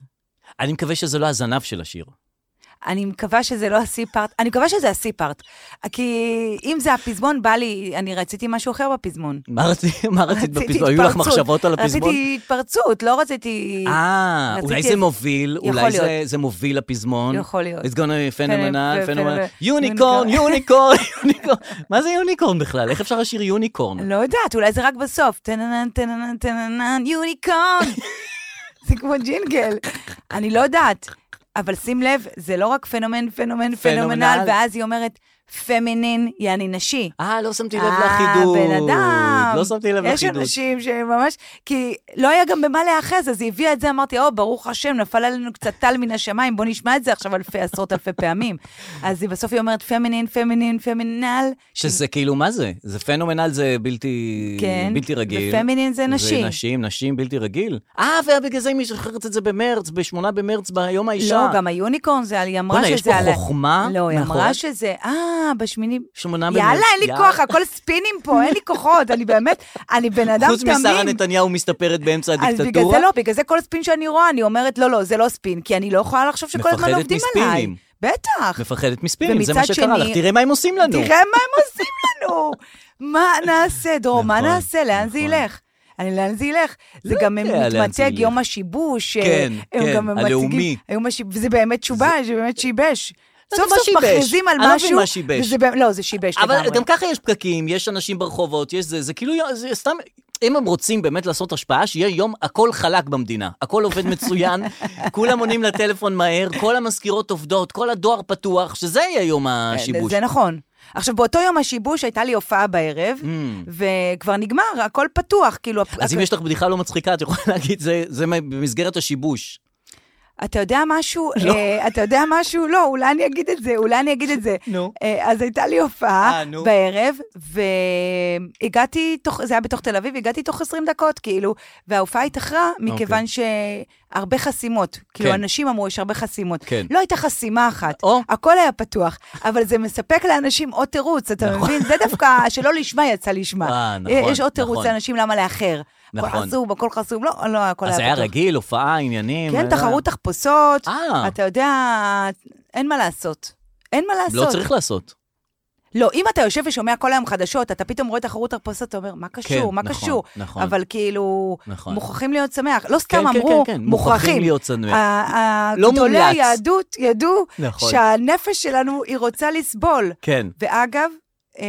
אני מקווה שזה לא הזנב של השיר. אני מקווה שזה לא הסי-פארט, אני מקווה שזה הסי-פארט. כי אם זה הפזמון, בא לי, אני רציתי משהו אחר בפזמון. מה רצית, מה רצית רציתי בפזמון? היו לך התפרצות. מחשבות על הפזמון? רציתי התפרצות, לא רציתי... אה, רציתי אולי איזה- זה מוביל, יכול אולי זה- להיות. זה מוביל לפזמון. יכול להיות. It's gonna be phenomenal, פנ- phenomenal. פנומנל. יוניקורן, יוניקורן, יוניקורן. [laughs] מה זה יוניקורן בכלל? איך אפשר לשיר יוניקורן? לא יודעת, אולי זה רק בסוף. טננן, טננן, טננן, יוניקון. זה כמו ג'ינגל. אני לא יודעת. אבל שים לב, זה לא רק פנומן, פנומן, פנומנל, פנומנל. ואז היא אומרת, פמינין, יעני נשי. אה, לא שמתי לב אה, לחידוד. בן אדם. לא שמתי לב יש לחידוד. אנשים שממש, כי לא היה גם במה להיאחז, אז היא הביאה את זה, אמרתי, או, ברוך השם, נפל עלינו קצת טל מן השמיים, בוא נשמע את זה עכשיו אלפי, עשרות אלפי פעמים. אז היא בסוף היא אומרת, פמינין, פמינין, פמינל. שזה כאילו, מה זה? זה פנומנל, זה בלתי, כן, בלתי רגיל. ופמינין זה נשים. זה נשים, נשים בלתי רגיל. אה, ובגלל זה היא משחררת את זה במרץ, ב-8 במרץ, ביום האישה. לא, גם היוניקורן זה, היא אמרה בוא'נה, שזה... יש פה על ה- חוכמה לא, היא אמרה מאחורי- שזה, אה, בשמיני... שמונה במרץ. יאללה, אין לי יאללה. כוח, הכל ספינים פה, אין לי כוחות, אני באמת, אני בן אדם חוץ תמים. משרה נתניהו מסתפרת באמצע אז בגלל הדיקטטורה. זה לא, בגלל זה כל ספין שאני רואה, אני אומרת, לא, לא, זה לא ספין, כי אני לא יכולה לחשוב שכל הזמן מפחדת עובדים עליי. מספינים. בטח. מפחדת מספינים, זה מה ומצד שקרה שני- לך. תראה מה הם עושים לנו. תראה מה הם עושים לנו. מה נעשה, דרור? מה נכון, נעשה? לאן זה נכון. ילך? אני, לאן זה ילך? זה לא גם הם יודע לאן זה מתמתג ילך. יום השיבוש. אה, כן, הם כן, גם הם הלאומי. מציגים- היום השיב- וזה באמת שובה, זה באמת שיבש. לא סוף יודע מה סוף שיבש. מכריזים על אני לא מבין משהו, מה שיבש. וזה באמת- לא, זה שיבש אבל לגמרי. גם ככה יש פקקים, יש אנשים ברחובות, יש זה, זה כאילו, יום- זה סתם, אם הם רוצים באמת לעשות השפעה, שיהיה יום הכל חלק במדינה. הכל עובד [laughs] מצוין, כולם עונים לטלפון מהר, כל המזכירות עובדות, כל הדואר פתוח, שזה יהיה יום השיבוש. זה נכון. עכשיו, באותו יום השיבוש הייתה לי הופעה בערב, וכבר נגמר, הכל פתוח, כאילו... Mm. אז אם יש לך בדיחה לא מצחיקה, את יכולה להגיד, זה- זה מה- במסגרת השיבוש. אתה יודע משהו? לא. אה, אתה יודע משהו? לא, אולי אני אגיד את זה, אולי אני אגיד את זה. נו. אה, אז הייתה לי הופעה אה, נו. בערב, ו... הגעתי, תוך, זה היה בתוך תל אביב, הגעתי תוך 20 דקות, כאילו, וההופעה התאחרה מכיוון שהרבה חסימות. כאילו, אוקיי. כן. אנשים אמרו, יש הרבה חסימות. כן. לא הייתה חסימה אחת, או. הכל היה פתוח, אבל זה מספק לאנשים עוד תירוץ, אתה מבין? זה [laughs] דווקא שלא לשמה יצא לשמה. נכון. אה, נכון, יש עוד תירוץ נכון. לאנשים למה לאחר. נכון. הכל חסום, הכל חסום, לא, לא, הכל היה אז פתוח. היה רגיל, הופעה, עניינים. כן, אה, תחרות תחפושות, אה. אתה יודע, אין מה לעשות. אין מה לעשות. לא צריך לעשות. לא, אם אתה יושב ושומע כל היום חדשות, אתה פתאום רואה תחרות תחפושות, אתה אומר, מה לא קשור, כן, מה נכון, קשור? נכון. אבל כאילו, נכון. מוכרחים להיות שמח. לא סתם כן, אמרו, כן, כן, מוכרחים מוכרחים. אה, להיות שמח. ה- ה- לא גדולי מומלץ. היהדות ידעו נכון. שהנפש שלנו, היא רוצה לסבול. כן. ואגב, אה,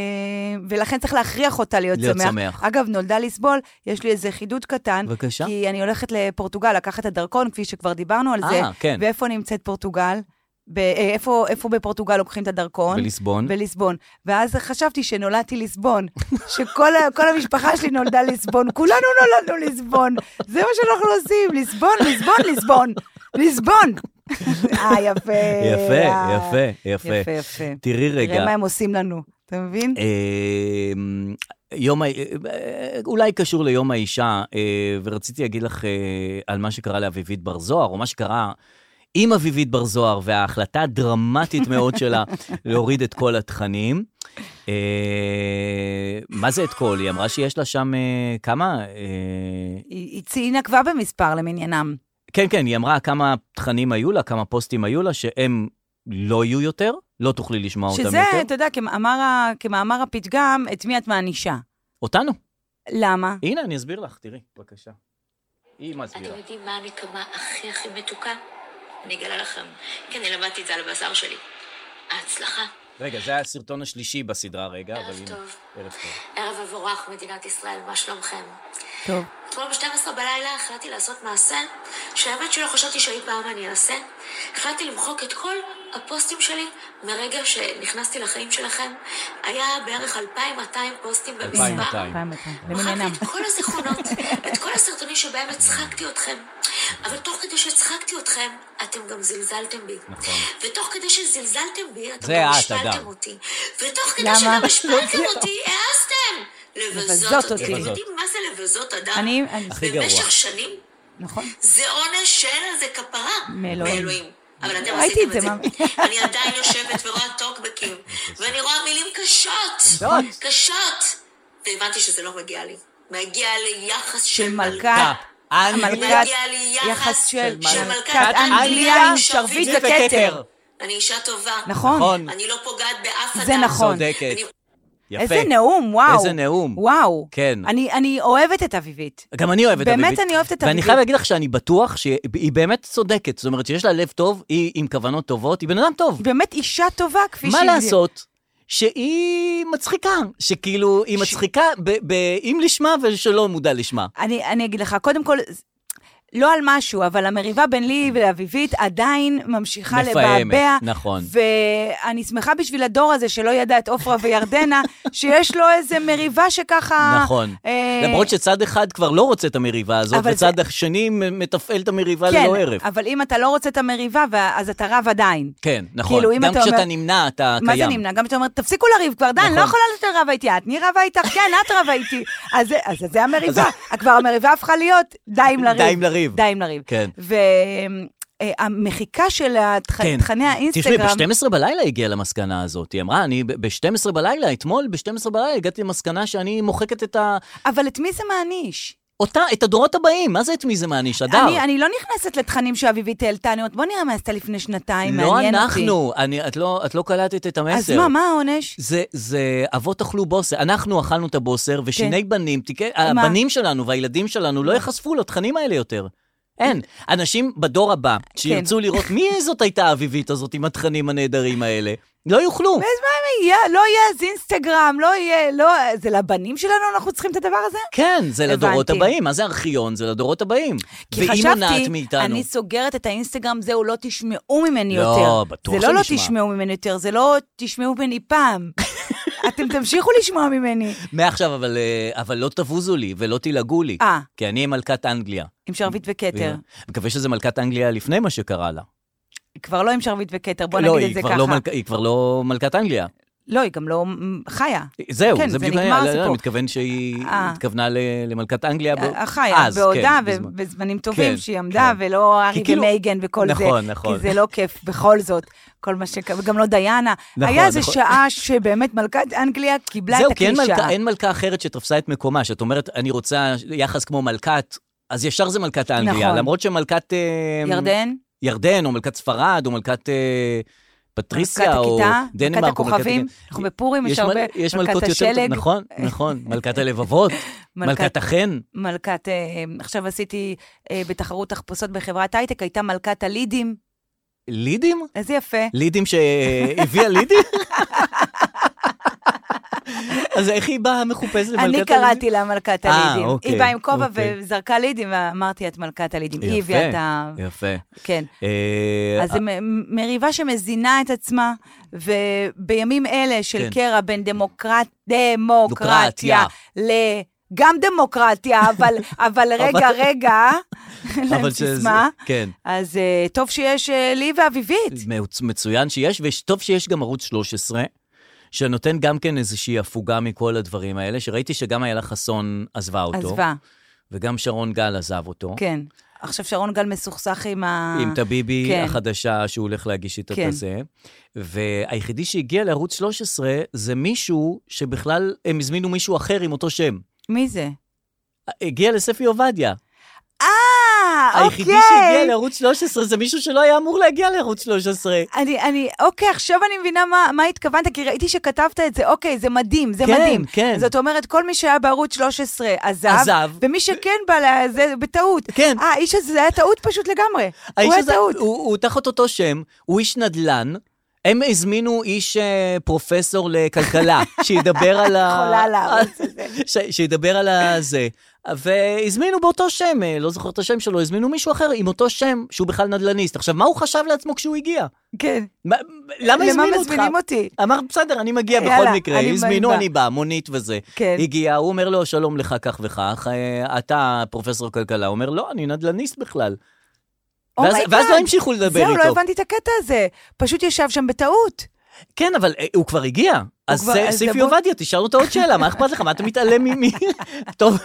ולכן צריך להכריח אותה להיות, להיות שמח. שמח. אגב, נולדה לסבול, יש לי איזה חידוד קטן. בבקשה. כי אני הולכת לפורטוגל לקחת את הדרכון, כפי שכבר דיברנו על אה, זה. כן. ואיפה נמצאת פורטוגל? ב- אה, איפה, איפה בפורטוגל לוקחים את הדרכון? בליסבון. בליסבון. ואז חשבתי שנולדתי ליסבון, שכל ה- כל המשפחה שלי נולדה ליסבון, כולנו נולדנו ליסבון. זה מה שאנחנו עושים, ליסבון, ליסבון, ליסבון. ליסבון! אה, יפה. יפה, אה, יפה, יפה. יפה, יפה. תראי רגע. אה. תראה מה הם עושים לנו, אתה מבין? אמ, יום, ה- אה, אולי קשור ליום האישה, אה, ורציתי להגיד לך אה, על מה שקרה לאביבית בר זוהר, או מה שקרה עם אביבית בר זוהר, וההחלטה הדרמטית [laughs] מאוד שלה להוריד את כל התכנים. אה, מה זה את כל? היא אמרה שיש לה שם אה, כמה? אה, היא היא ציינה כבר במספר למניינם. כן, כן, היא אמרה כמה תכנים היו לה, כמה פוסטים היו לה, שהם לא יהיו יותר, לא תוכלי לשמוע אותם שזה, יותר. אתה יודע, כמאמר, ה- כמאמר הפתגם, את מי את מענישה? אותנו. למה? הנה, אני אסביר לך, תראי, בבקשה. היא מסבירה. אתם יודעים מה הנקמה הכי הכי מתוקה? אני אגלה לכם, כי אני למדתי את זה על הבשר שלי. ההצלחה. רגע, זה היה הסרטון השלישי בסדרה רגע, אבל ערב הנה, טוב. ערב טוב. ערב מבורך, מדינת ישראל, מה שלומכם? טוב. אתמול ב-12 בלילה החלטתי לעשות מעשה שהאמת שלא חשבתי שאי פעם אני אעשה. החלטתי למחוק את כל הפוסטים שלי מרגע שנכנסתי לחיים שלכם. היה בערך 2,200 פוסטים במספר. 2,200. פעם אחת, מחקתי למניינם. את כל הזיכרונות, את כל הסרטונים שבהם הצחקתי אתכם. אבל תוך כדי שהצחקתי אתכם, אתם גם זלזלתם בי. נכון. ותוך כדי שזלזלתם בי, אתם זה גם את, השפלתם אדם. אותי. ותוך כדי למה? שגם [laughs] השפלתם אותי, העזתם! לבזות לבזות אותי. אותי. אתם יודעים מה זה לבזות אדם? אני, אני- הכי גרוע. במשך שנים נכון. זה עונש שאין על זה כפרה מאלוהים. מאלוהים. אבל אתם ראיתי עשיתם את את זה, זה. [laughs] אני עדיין יושבת ורואה טוקבקים, ואני רואה מילים קשות. קשות. והבנתי שזה לא מגיע לי. מגיע לי יחס של של מלכה. מלכה. אנגליה. [laughs] מלכת, מגיע לי יחס של של מלכת אנגליה עם שרביט וכתר. אני אישה טובה. נכון. נכון. אני לא פוגעת באף אדם. זה נכון. צודקת. אני- יפה. איזה נאום, וואו. איזה נאום. וואו. כן. אני, אני אוהבת את אביבית. גם אני אוהב את באמת אביבית. אני אוהבת את ואני אביבית. חייב להגיד לך שאני בטוח שהיא באמת צודקת. זאת אומרת שיש לה לב טוב, היא עם כוונות טובות, היא בן אדם טוב. היא באמת אישה טובה, כפי מה שהיא... לעשות? שהיא מצחיקה, שכאילו היא מצחיקה ב- ב- עם לשמה ושלא מודע לשמה. אני, אני אגיד לך, קודם כל, ז- לא על משהו, אבל המריבה בין לי ולאביבית עדיין ממשיכה מפעמת, לבעבע. נכון. ואני שמחה בשביל הדור הזה שלא ידע את עופרה [laughs] וירדנה, שיש לו איזה מריבה שככה... נכון. אה, למרות שצד אחד כבר לא רוצה את המריבה הזאת, אבל וצד השני מתפעל את המריבה כן, ללא הרף. אבל אם אתה לא רוצה את המריבה, ו- אז אתה רב עדיין. כן, נכון. כאילו, אם גם אתה כשאתה אומר- נמנע, אתה מה זה קיים. נמנע? גם כשאתה אומר, תפסיקו לריב כבר, דן, נכון. לא יכולה להיות רבה איתי את, אני רבה איתך, כן, את רבה איתי. [laughs] אז זה- אז זה המריבה. כבר המריבה הפכה להיות די עם לריב. די עם לריב. די עם לריב. כן. והמחיקה של התכ- תכני כן. תשמעי, האינסטגרם... ב-12 בלילה היא הגיעה למסקנה הזאת. היא אמרה, אני ב-12 בלילה, אתמול ב-12 בלילה הגעתי למסקנה שאני מוחקת את ה... אבל את מי זה מעניש? אותה, את הדורות הבאים. מה זה את מי זה מעניש? הדר. אני, אני לא נכנסת לתכנים שאביבית העלתה, אני אומרת, בוא נראה מה עשתה לפני שנתיים, לא מעניין אותי. אנחנו. אני, את, לא, את לא קלטת את המסר. אז מה, מה העונש? זה, זה אבות אכלו בוסר, אנחנו אכלנו את הבוסר, ושיני כן. בנים, תיקי, מה? הבנים שלנו והילדים שלנו לא ייחשפו לתכנים האלה יותר. אין. אנשים בדור הבא, כן. שירצו לראות מי [laughs] זאת הייתה האביבית הזאת עם התכנים הנהדרים האלה, לא [laughs] יוכלו. אז מה אם יהיה? לא יהיה אז אינסטגרם, לא יהיה, לא... זה לבנים שלנו אנחנו צריכים את הדבר הזה? כן, זה לדורות הבנתי. הבאים. מה זה ארכיון? זה לדורות הבאים. כי והיא מונעת חשבתי, מאיתנו. אני סוגרת את האינסטגרם, זהו, לא תשמעו ממני לא, יותר. בטוח זה לא לא שנשמע. תשמעו ממני יותר, זה לא תשמעו ממני [laughs] פעם. אתם תמשיכו לשמוע ממני. מעכשיו, אבל, אה, אבל לא תבוזו לי ולא תלעגו לי. אה. כי אני מלכת אנגליה. עם שרביט וכתר. מקווה שזה מלכת אנגליה לפני מה שקרה לה. כבר לא עם שרביט וכתר, בוא לא, נגיד את היא זה כבר ככה. לא מלכ... היא כבר לא מלכת אנגליה. לא, היא גם לא מ- חיה. זהו, כן, זה בדיוק נגמר היה, לא, לא, הסיפור. אני מתכוון שהיא אה. התכוונה ל- למלכת אנגליה. ב- חיה, אז, בעודה, כן, ו- בזמן. בזמנים טובים כן, שהיא עמדה, ולא כי ארי כאילו- ומייגן וכל זה. נכון, נכון. כי זה לא כיף, בכל זאת. כל מה שקרה, וגם לא דיאנה. נכון, היה איזה נכון. שעה שבאמת מלכת אנגליה קיבלה את זהו, כי אין הקלישאה. מלכה- אין מלכה אחרת שתפסה את מקומה, שאת אומרת, אני רוצה יחס כמו מלכת, אז ישר זה מלכת אנגליה, נכון. למרות שמלכת... אה, ירדן? ירדן, או מלכת ספרד, או מלכת אה, פטריסיה, מלכת או הכיתה, מלכת דנמרק, או מלכת... הכוכבים, הכ- אנחנו בפורים, יש מל- הרבה, יש מלכת מלכות יותר- השלג. נכון, נכון, [laughs] מלכת הלבבות, מלכת החן. מלכת, אה, עכשיו עשיתי אה, בתחרות תחפושות בחברת הייטק, הייתה מלכת הלידים, לידים? איזה יפה. לידים שהביאה לידים? אז איך היא באה מחופשת למלכת אני הלידים? קראתי לה מלכת אה, הלידים. אוקיי, היא באה עם כובע אוקיי. וזרקה לידים, ואמרתי, את מלכת הלידים. היא יפה, הביאה את ה... יפה. כן. אה, אז זו מ- מריבה שמזינה את עצמה, ובימים אלה של כן. קרע בין דמוקרט... דמוקרטיה דמוקרטיה. ל... גם [laughs] דמוקרטיה, אבל, אבל רגע, רגע, להם אבל שזה- סיסמה. כן. אז אה, טוב שיש אה, לי ואביבית. מצ- מצוין שיש, וטוב שיש גם ערוץ 13, שנותן גם כן איזושהי הפוגה מכל הדברים האלה, שראיתי שגם איילה חסון עזבה אותו. עזבה, וגם שרון גל עזב אותו. כן. עכשיו שרון גל מסוכסך עם ה... עם טביבי כן. החדשה שהוא הולך להגיש איתה כן. את הזה. והיחידי שהגיע לערוץ 13 זה מישהו שבכלל הם הזמינו מישהו אחר עם אותו שם. מי זה? הגיע לספי עובדיה. אה, היחידי אוקיי. שהגיע לערוץ 13 זה מישהו שלא היה אמור להגיע לערוץ 13. אני, אני, אוקיי, עכשיו אני מבינה מה, מה התכוונת, כי ראיתי שכתבת את זה, אוקיי, זה מדהים, זה כן, מדהים. כן. זאת אומרת, כל מי שהיה בערוץ 13 עזב, עזב. ומי שכן בא לזה, בטעות. כן. אה, האיש הזה, זה היה טעות פשוט לגמרי. הוא האיש היה הזה- טעות. הוא, הוא תחת אותו שם, הוא איש נדל"ן. הם הזמינו איש אה, פרופסור [laughs] לכלכלה, שידבר על ה... חולה על הערוץ [laughs] ש... שידבר על הזה. והזמינו באותו שם, אה, לא זוכר את השם שלו, הזמינו מישהו אחר עם אותו שם, שהוא בכלל נדל"ניסט. עכשיו, מה הוא חשב לעצמו כשהוא הגיע? כן. מה, למה למה הזמינו אותך? מזמינים אותי? אה, אמר, בסדר, אני מגיע בכל יאללה, מקרה, אני הזמינו, בא. אני בא, מונית וזה. כן. הגיע, הוא אומר לו, שלום לך כך וכך, אה, אתה פרופסור כלכלה, הוא אומר, לא, אני נדל"ניסט בכלל. ואז, אומייגאד. ואז לא המשיכו לדבר Oh זהו, איתו. לא הבנתי את הקטע הזה. פשוט ישב שם בטעות. כן, אבל אה, הוא כבר הגיע. אז כבר- סי- אז סיפי בוא- עובדיה, תשאל אותו עוד שאלה, מה אכפת לך? מה אתה מתעלם ממי? [laughs] טוב,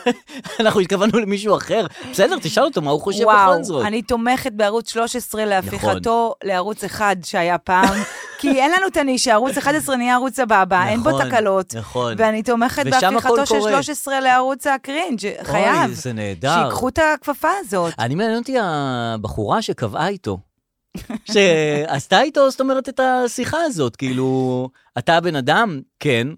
אנחנו התכוונו למישהו אחר. בסדר, תשאל אותו מה הוא חושב בכל זאת. נכון. וואו, אני תומכת בערוץ 13 להפיכתו לערוץ אחד שהיה פעם, כי אין לנו את הנישה, [laughs] ערוץ 11 נהיה ערוץ הבאבא, אין בו נכון, תקלות. נכון. ואני תומכת ושם הכל בהפיכתו של קורה. 13 לערוץ הקרינג', אה, חייב. אוי, זה נהדר. שיקחו את הכפפה [laughs] הזאת. אני מעניין אותי הבחורה שקבעה איתו. שעשתה איתו, זאת אומרת, את השיחה הזאת. כאילו, אתה הבן אדם? כן.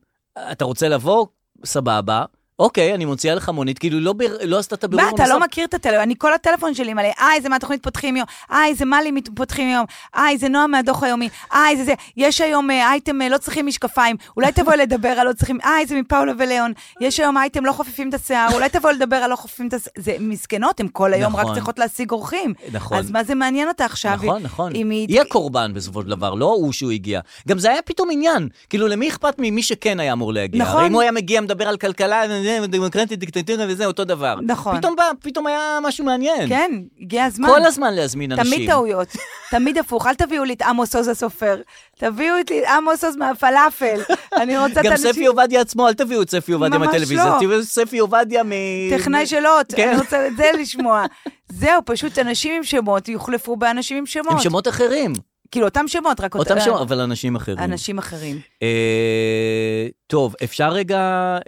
אתה רוצה לבוא? סבבה. אוקיי, אני מוציאה לך מונית. כאילו, לא, ביר... לא עשתה את הבירור מה, אתה הנוסף. לא מכיר את הטלפון, אני כל הטלפון שלי מלא, אה, זה מהתוכנית פותחים יום, אה, זה מלי מת- פותחים יום, אה, זה נועה מהדוח היומי, אה, זה זה, יש היום אה, אייטם אה, לא צריכים משקפיים, אולי [laughs] תבואי לדבר על לא צריכים, אה, זה מפאולה וליאון, יש היום אייטם לא חופפים את השיער, אולי תבואי לדבר על לא חופפים את השיער, זה מסכנות, הן כל היום רק נכון. צריכות להשיג אורחים. נכון. אז מה זה מעניין אותה עכשיו? נכון, נכון. אם היא... היא הקורבן בסופו של דבר, לא הוא שהוא הגיע. גם זה היה פתאום עניין. כאילו, למי אכפת ממי שכן היה אמור להגיע? נכון. הרי אם הוא היה מגיע, מדבר על כלכלה, דמוקרטית, דיקטטורה וזה, אותו דבר. נכון. פתאום בא, פתאום היה משהו מעניין. כן, הגיע הזמן. כל הזמן להזמין אנשים. תמיד טעויות, תמיד הפוך, אל תביאו לי את עמוס עוז הסופר, תביאו לי את עמוס עוז [laughs] מהפלאפל, אני רוצה את גם האנשים... ספי עובדיה עצמו, אל תביאו את ספי עובדיה ממש מהטלוויזיה, לא. תביאו את ספי עובדיה מ... טכנאי של הוט, כן. אני רוצה את זה לשמוע. זהו, פשוט אנשים עם שמות יוחלפו באנשים עם הם שמות. שמות אחרים. כאילו, אותם שמות, רק אותם אותם- שמות, אבל אנשים אחרים. אנשים אחרים. אה, טוב, אפשר רגע,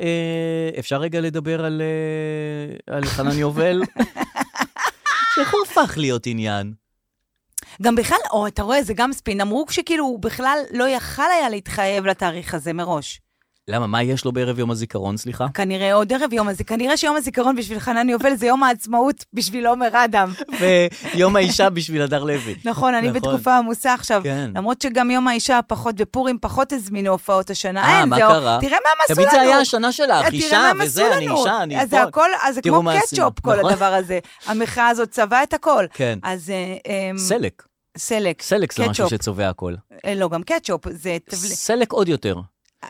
אה, אפשר רגע לדבר על, אה, על [laughs] חנן יובל? איך הוא הפך להיות עניין? גם בכלל, או, אתה רואה, זה גם ספין. אמרו שכאילו, הוא בכלל לא יכל היה להתחייב לתאריך הזה מראש. למה, מה יש לו בערב יום הזיכרון, סליחה? כנראה עוד ערב יום הזה, כנראה שיום הזיכרון בשביל חנן יובל זה יום העצמאות בשביל עומר אדם. ויום האישה בשביל הדר לוי. נכון, אני נכון. בתקופה עמוסה עכשיו. כן. למרות שגם יום האישה פחות ופורים פחות הזמינו הופעות השנה. אה, אין, מה זהו. קרה? תראה מה הם עשו לנו. אה, תמיד זה היה השנה שלך, תראה אישה מה הם וזה, עשו אני לנו. אישה, אני אז זה פה. הכל, אז זה תראו כמו מה עשינו. קטשופ, כל נכון. הדבר הזה. המחאה הזאת צבעה את הכל. כן. אז... אה, אמ, סלק. סלק. סלק זה משהו קטשופ. שצובע הכל. אה, לא, גם קטשופ, זה תבלי... סלק עוד יותר.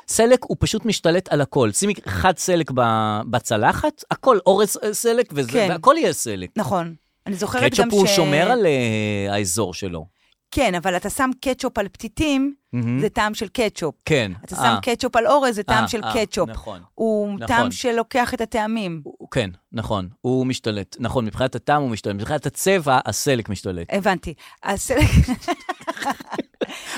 סלק הוא פשוט משתלט על הכל. שימי חד סלק ב- בצלחת, הכל, אורז אה, סלק וזה, כן. והכל יהיה סלק. נכון. אני זוכרת גם ש... קטשופ הוא שומר על אה, האזור שלו. כן, אבל אתה שם קטשופ על פתיתים, מהמם. זה טעם של קטשופ. כן. אתה אה, שם קטשופ על אורז, זה טעם אה, של אה, קטשופ. נכון. הוא נכון. טעם שלוקח את הטעמים. הוא- כן, נכון, הוא משתלט. נכון, מבחינת הטעם הוא משתלט. מבחינת הצבע, הסלק משתלט. הבנתי. הסלק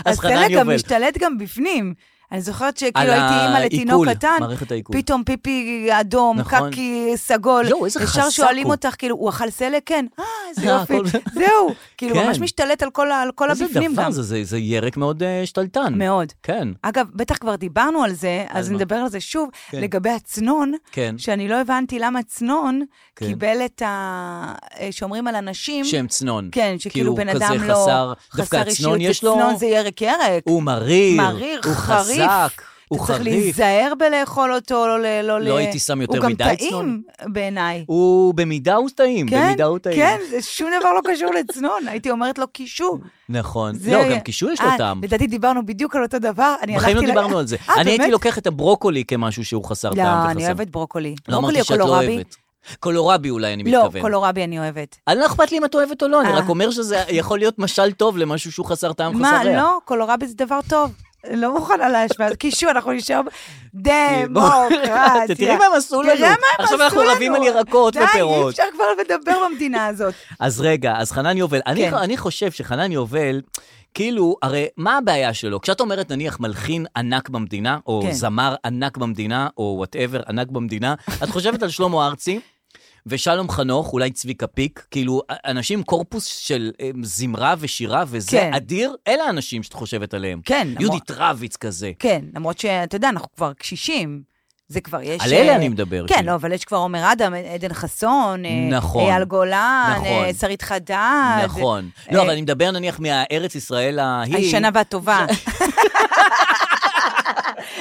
אז חנן הסלק גם יובל. משתלט גם בפנים. אני זוכרת על שכאילו הייתי אימא לתינוק העיכול, קטן, מערכת העיכול. פתאום פיפי אדום, נכון. קקי סגול, יואו, איזה חזק ישר שואלים הוא. אותך, כאילו, הוא אכל סלק? כן. אה, איזה אה, יופי. הכל- [laughs] זהו, כאילו, כן. ממש משתלט על כל ה- על כל איזה הבפנים דבר גם. זה, זה, זה ירק מאוד אה, שתלטן. מאוד. כן. אגב, בטח כבר דיברנו על זה, אז מה? נדבר על זה שוב, כן. לגבי הצנון, כן. שאני לא הבנתי למה צנון כן. קיבל את ה... אה, שאומרים על אנשים... שהם צנון. כן, כי שכאילו הוא בן כאילו, כזה אדם לא... חסר, דווקא חסר הצנון אישיות, יש לו... צנון זה ירק ירק. הוא מריר, מריר, הוא חריף. חזק, הוא אתה צריך חריף. להיזהר בלאכול אותו, לא ל... לא, לא ל- הייתי שם יותר מדי הוא גם צנון. טעים בעיניי. הוא במידה הוא טעים, כן, במידה הוא טעים. כן, זה שום דבר לא קשור לצנון, הייתי אומרת לו [laughs] קישור. נכון. זה- לא, גם קישור יש לו אה, טעם. לדעתי דיברנו בדיוק על אותו דבר. אני בחיים לא הלכתי ל- דיברנו על זה. אה, אני הייתי באמת? לוקח את הברוקולי כמשהו שהוא חסר טעם וחסר. לא, אני אוהבת ברוקולי. לא ברוקולי אמרתי או שאת לא קולורבי? אוהבת. קולורבי אולי אני לא, מתכוון. קולורבי אני אוהבת. אני לא אכפת לי אם את אוהבת או לא, אני אה. רק אומר שזה יכול להיות משל טוב למשהו שהוא חסר טעם, חסר מה, ריח. לא? קולורבי זה דבר טוב. לא מוכנה להשוואה, אז קישור, אנחנו נשאר ב- דמוקרטיה. [laughs] תראי מה הם עשו לנו. אה, תראה מה הם עשו לנו. עכשיו אנחנו רבים על ירקות די, אי ופירות. אפשר כבר לדבר במדינה הזאת. [laughs] אז רגע, אז חנן יובל, אני, כן. אני חושב שחנן יובל, כאילו, הרי מה הבעיה שלו? כשאת אומרת, נניח, מלחין ענק במדינה, או כן. זמר ענק במדינה, או וואטאבר ענק במדינה, את חושבת על שלמה ארצי? ושלום חנוך, אולי צביקה פיק, כאילו, אנשים, קורפוס של אמ, זמרה ושירה, וזה כן. אדיר, אלה האנשים שאת חושבת עליהם. כן, יהודית רביץ כזה. כן, למרות שאתה יודע, אנחנו כבר קשישים. זה כבר יש... על אלה אה, אני מדבר, כן, כן. לא, אבל יש כבר עומר אדם, עדן חסון, אה, נכון. אייל גולן, נכון. אה, שרית חדד. נכון. אה, לא, אבל אני מדבר נניח מהארץ ישראל ההיא. הישנה והטובה. [laughs]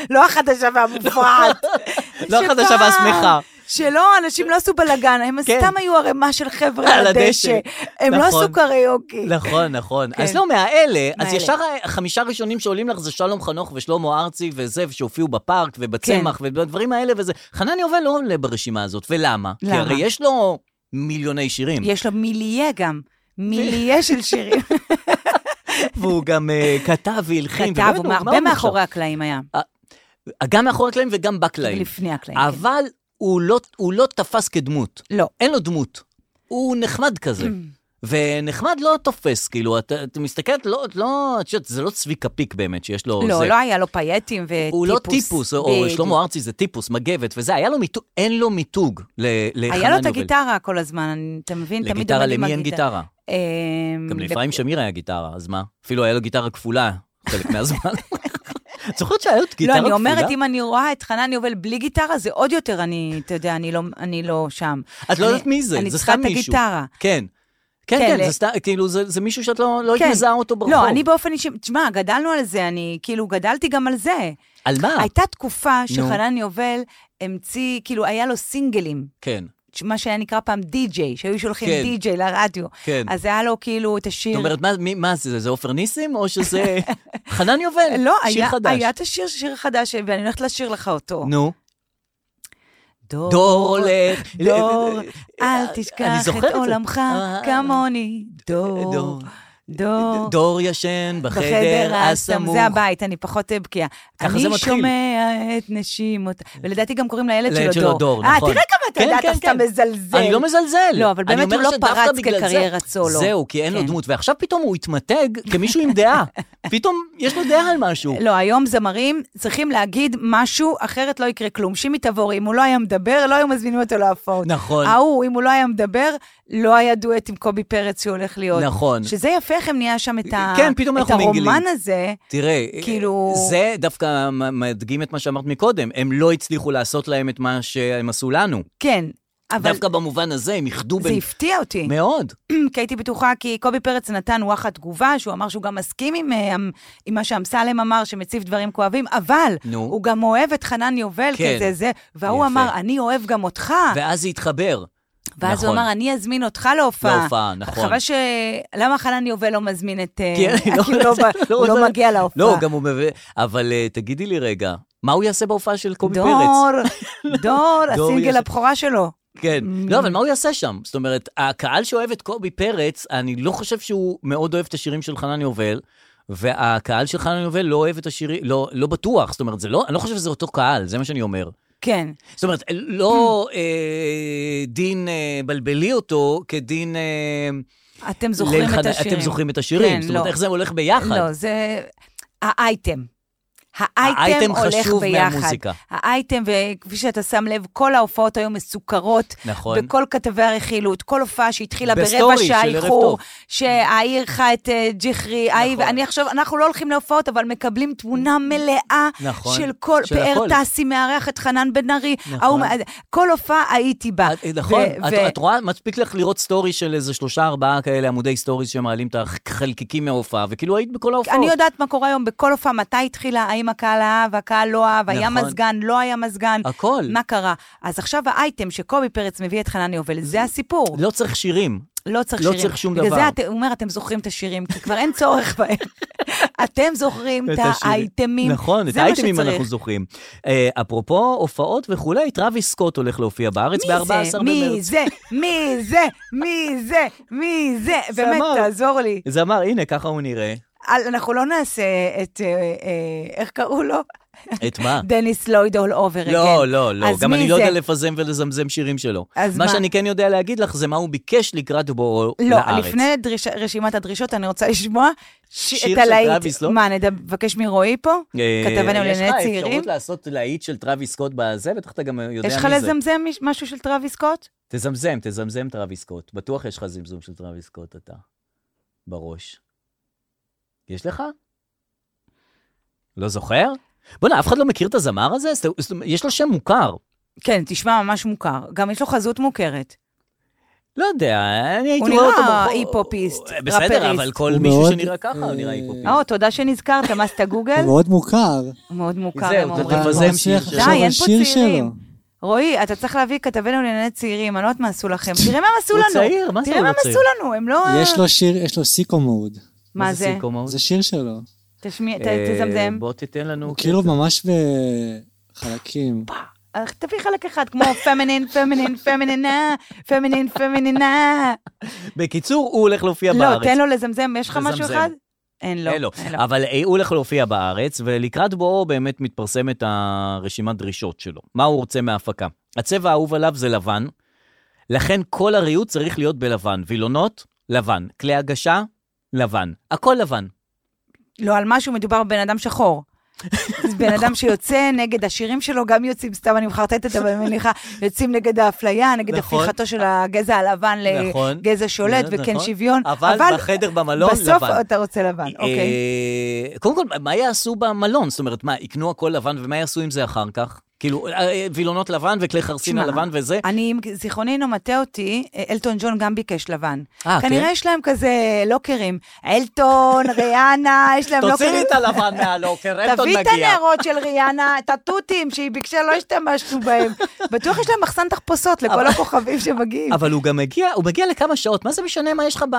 לא החדשה והמופרעת. לא החדשה שפעם- והשמחה. שלא, אנשים לא עשו בלאגן, הם כן. סתם היו ערימה של חבר'ה על על הדשא. הדשא. הם לא נכון. עשו קריוקי. נכון, נכון. כן. אז לא, מהאלה, אז מהאלה. ישר החמישה הראשונים שעולים לך זה שלום חנוך ושלמה ארצי וזה, ושהופיעו בפארק ובצמח כן. ובדברים האלה וזה. חנן יובל לא עולה ברשימה הזאת, ולמה? כי למה? הרי יש לו מיליוני שירים, יש לו מיליה גם. מיליה של [laughs] שירים. והוא גם אה, כתב והלחין. כתב, ובאמת, הוא מה הרבה נחשב? מאחורי הקלעים היה. גם מאחורי הקלעים וגם בקלעים. לפני הקלעים. כן. אבל הוא לא- הוא לא תפס כדמות. לא. אין לו דמות. הוא נחמד [clears throat] כזה. ונחמד לא תופס, כאילו, את, את מסתכלת, לא, את לא, את יודעת, זה לא צביקה פיק באמת שיש לו... לא, זה, לא היה לו פייטים וטיפוס. הוא לא טיפוס, או בדיוק. שלמה ארצי זה טיפוס, מגבת וזה, היה לו מיתוג, אין לו מיתוג ל- לחנן יובל. היה לו את הגיטרה כל הזמן, אתה מבין? תמיד לגיטרה, עומד עם למי אין הגיטרה. גיטרה? אמ, גם ב- לאפרים שמיר היה גיטרה, אז מה? אפילו היה לו גיטרה כפולה, חלק [laughs] מהזמן. את זוכרת שהיה לו גיטרה לא, כפולה? אני אומרת, אם אני רואה את חנן יובל בלי גיטרה, זה עוד יותר, אני, אתה יודע, אני לא- אני לא שם. את לא אני- יודעת מי זה, אני זה צריכה סתם את מישהו. הגיטרה. כן. כן, כן, כן, ל- זה סתם, כאילו, זה זה מישהו שאת לא לא היית כן. מזהה אותו ברחוב. לא, אני באופן אישי, תשמע, גדלנו על זה, אני כאילו גדלתי גם על זה. על מה? הייתה תקופה שחנן יובל המציא, כאילו, היה לו סינגלים. כן. מה שהיה נקרא פעם די-ג'יי, שהיו שולחים כן. די-ג'יי לרדיו. כן. אז היה לו כאילו את השיר... זאת אומרת, מה, מי, מה זה, זה עופר ניסים [laughs] או שזה חנן יובל? לא, שיר היה, חדש. היה את השיר, שיר חדש, ואני הולכת לשיר לך אותו. נו, דור הולך. דור, אה, אל אני תשכח זוכר את זה. עולמך אה, כמוני. דור, דור. דור. דור ישן בחדר בחדר הסמוך. זה הבית, אני פחות אה, בקיאה. ככה זה אני מתחיל. אה. שומע את נשימות... ולדעתי גם קוראים לילד לילד שלו דור. נכון. אה, תראה כמה אתה כן, יודע, כן, אתה סתם כן. מזלזל. אני לא מזלזל. לא, אבל אני באמת אומר הוא לא שדווקא פרץ בגלל זה- כקריירת סולו. זהו, כי אין לו כן. דמות. ועכשיו פתאום הוא התמתג כמישהו עם [laughs] דעה. פתאום יש לו דעה על משהו. לא, היום זמרים צריכים להגיד משהו, אחרת לא יקרה כלום. שימי תבורי, אם הוא לא היה מדבר, לא היו מזמינים אותו להופעות. נכון. ההוא, אם הוא לא היה מדבר, לא היה דואט עם קובי פרץ שהוא הולך להיות. נכון. לא, שזה יפה איך הם נהיה שם את, ה... כן, פתאום את אנחנו מגלים. הרומן הזה. תראה, כאילו- זה דווקא מ- מדגים את מה שאמרת מקודם. הם לא הצליחו לעשות להם את מה שהם עשו לנו. כן, אבל דווקא במובן הזה הם איחדו זה בין... הפתיע אותי. [clears throat] מאוד. כי הייתי בטוחה, כי קובי פרץ נתן וואחד תגובה, שהוא אמר שהוא גם מסכים עם, אה, עם, עם מה שאמסלם אמר, שמציב דברים כואבים, אבל נו. הוא גם אוהב את חנן יובל כן. כזה זה, והוא יפה. אמר, אני אוהב גם אותך. ואז זה התחבר. אה. ואז נכון. הוא אמר, אני אזמין אותך להופעה. להופעה, נכון. חבל ש... למה חנן יובל לא מזמין את... אה, כן, [laughs] כי [laughs] לא, הוא לא זה- בא- הוא זה- לא מגיע להופעה. לא, גם הוא מבין. אבל אה, תגידי לי רגע, מה הוא יעשה בהופעה של קובי פרץ? [laughs] דור, דור, דור הסינגל יש- הבכורה שלו. כן. לא, אבל מה הוא יעשה שם? זאת אומרת, הקהל שאוהב את קובי פרץ, אני לא חושב שהוא מאוד אוהב את השירים של חנן יובל, והקהל של חנן יובל לא אוהב את השירים, לא, לא בטוח. זאת אומרת, זה לא, אני לא חושב שזה אותו קהל, זה מה שאני אומר. כן. זאת אומרת, לא אה, דין אה, בלבלי אותו כדין... אה, אתם זוכרים ליל את חד- השירים. אתם זוכרים את השירים. כן, זאת אומרת, לא. איך זה הולך ביחד? לא, זה האייטם. האייטם האייטם הולך חשוב ביחד. מהמוזיקה. האייטם, וכפי שאתה שם לב, כל ההופעות היו מסוכרות. נכון. בכל כתבי הרכילות, כל הופעה שהתחילה ברבע בסטורי של שעה ערב איחור, טוב. שהעיר אירחה את אה, ג'יחרי, נכון. אני עכשיו, אנחנו לא הולכים להופעות, אבל מקבלים תמונה מלאה נכון, של כל, של פאר הכל. טסי מארח את חנן בן ארי, נכון. ההוא- כל הופעה הייתי בה. את- נכון, ו- את, ו- את רואה, מספיק לך לראות סטורי של איזה שלושה, ארבעה כאלה עמודי סטוריז שמעלים את החלקיקים מההופעה, וכאילו היית בכל ההופעות. אני יודעת מה קורה היום בכל הופעה, מתי התחילה, האם הקהל אהב, הקהל לא אהב, היה נכון. מזגן, לא היה מזגן. הכל. מה קרה? אז עכשיו האייטם שקובי פרץ מביא את חנן יובל, זה הסיפור. לא צריך שירים. לא צריך לא שירים. צריך שום דבר. בגלל זה את- הוא אומר, אתם זוכרים את השירים, כי כבר אין צורך [laughs] בהם. אתם זוכרים את האייטמים. נכון, את זה מה האייטמים שצריך. אנחנו זוכרים. אה, אפרופו הופעות וכולי, טראביס סקוט הולך להופיע בארץ מי ב-14 זה? במרץ. מי זה? מי זה? מי זה? מי [laughs] זה? באמת, זמר. תעזור לי. זמר, הנה, ככה הוא [laughs] נראה. אל- אנחנו לא נעשה את, אה, אה, איך קראו לו? את מה? דניס לויד all over again. לא, לא, לא. אז גם מי אני לא יודע זה? לפזם ולזמזם שירים שלו. אז מה מה? שאני כן יודע להגיד לך, זה מה הוא ביקש לקראת בואו לא, לארץ. לפני דריש, רשימת הדרישות, אני רוצה לשמוע ש... שיר את של הלהיט. טראביס, לא? מה, נד- נבקש מרועי פה? אה, כתבנו לענייני יש לך צעירים? אפשרות לעשות להיט של טראביס סקוט בזה, בטח אתה גם יודע יש לך מי זה. לזמזם מיש- משהו של טראביס סקוט? תזמזם, תזמזם טראביס סקוט. בטוח יש לך זמזום של טראביס סקוט, אתה. בראש. יש לך? לא זוכר? בוא'נה, אף אחד לא מכיר את הזמר הזה? זאת- זאת אומרת, יש לו שם מוכר. כן, תשמע, ממש מוכר. גם יש לו חזות מוכרת. לא יודע, אני הייתי נראה רואה אותו ברחוב. היפ-הופיסט, בסדר, ראפריסט. אבל כל הוא מישהו מאוד, שנראה ככה, הוא נראה אה, היפופיסט. או, תודה שנזכרת, עשת גוגל? [laughs] הוא מאוד מוכר. מאוד מוכר, זהו, הם אתה אומרים. אבל מבזם אני שיר מצליח שלו. לחשוב די, על אין פה שיר צעירים. שלו. רועי, אתה צריך להביא כתבנו לענייני צעירים, אני לא יודעת מה עשו לכם. תראה מה הם עשו הוא לנו. צעיר, מה זה תראה הוא מה לא הם עשו צעיר? לנו, הם לא... יש לו שיר, יש לו סיקו מוד. מה זה? סיקו מוד? זה שיר שלו. תשמיע, ת- אה, תזמזם. בוא תיתן לנו... הוא כאילו ממש בחלקים. אה, תביא חלק אחד, כמו פמינין, פמינין, פמינינה, פמינין, פמינינה. בקיצור, הוא הולך להופיע בארץ. לא, תן לו לזמזם, יש לך משהו לזמזם. אחד? אין לו. אין לו. לא, אין לו. אבל אה, הוא הולך להופיע בארץ, ולקראת בואו באמת מתפרסמת הרשימת דרישות שלו. מה הוא רוצה מההפקה? הצבע האהוב עליו זה לבן, לכן כל הריהוט צריך להיות בלבן. וילונות, לבן. כלי הגשה, לבן. הכל לבן. לא, על משהו מדובר בבן אדם [laughs] שחור. זה בן נכון. אדם שיוצא נגד השירים שלו, גם יוצאים, סתם אני מחרטטת, אבל אני [laughs] מניחה, יוצאים נגד האפליה, נגד נכון. הפיכתו של הגזע הלבן נכון. לגזע שולט נכון. וכן שוויון. אבל בחדר במלון, בסוף לבן. אתה רוצה לבן, אוקיי. אה, קודם כל, מה יעשו במלון? זאת אומרת, מה, יקנו הכל לבן, ומה יעשו עם זה אחר כך? כאילו, אה, אה, וילונות לבן וכלי חרסינה תשמע, לבן וזה? אני, אם זיכרוני אינו מטעה אותי, אלטון ג'ון גם ביקש לבן. אה, כן? כנראה יש להם כזה לוקרים. אלטון, ריאנה, יש להם לוקרים. תוציאי לי את הלבן מהלוקר, אלטון לא תביא מגיע. את הנערות של ריאנה, את התותים שהיא ביקשה, לא השתמשנו [laughs] בהם. בטוח יש להם מחסן תחפושות לכל הכוכבים שמגיעים. אבל הוא גם מגיע, הוא מגיע לכמה שעות, מה זה משנה מה יש לך ב,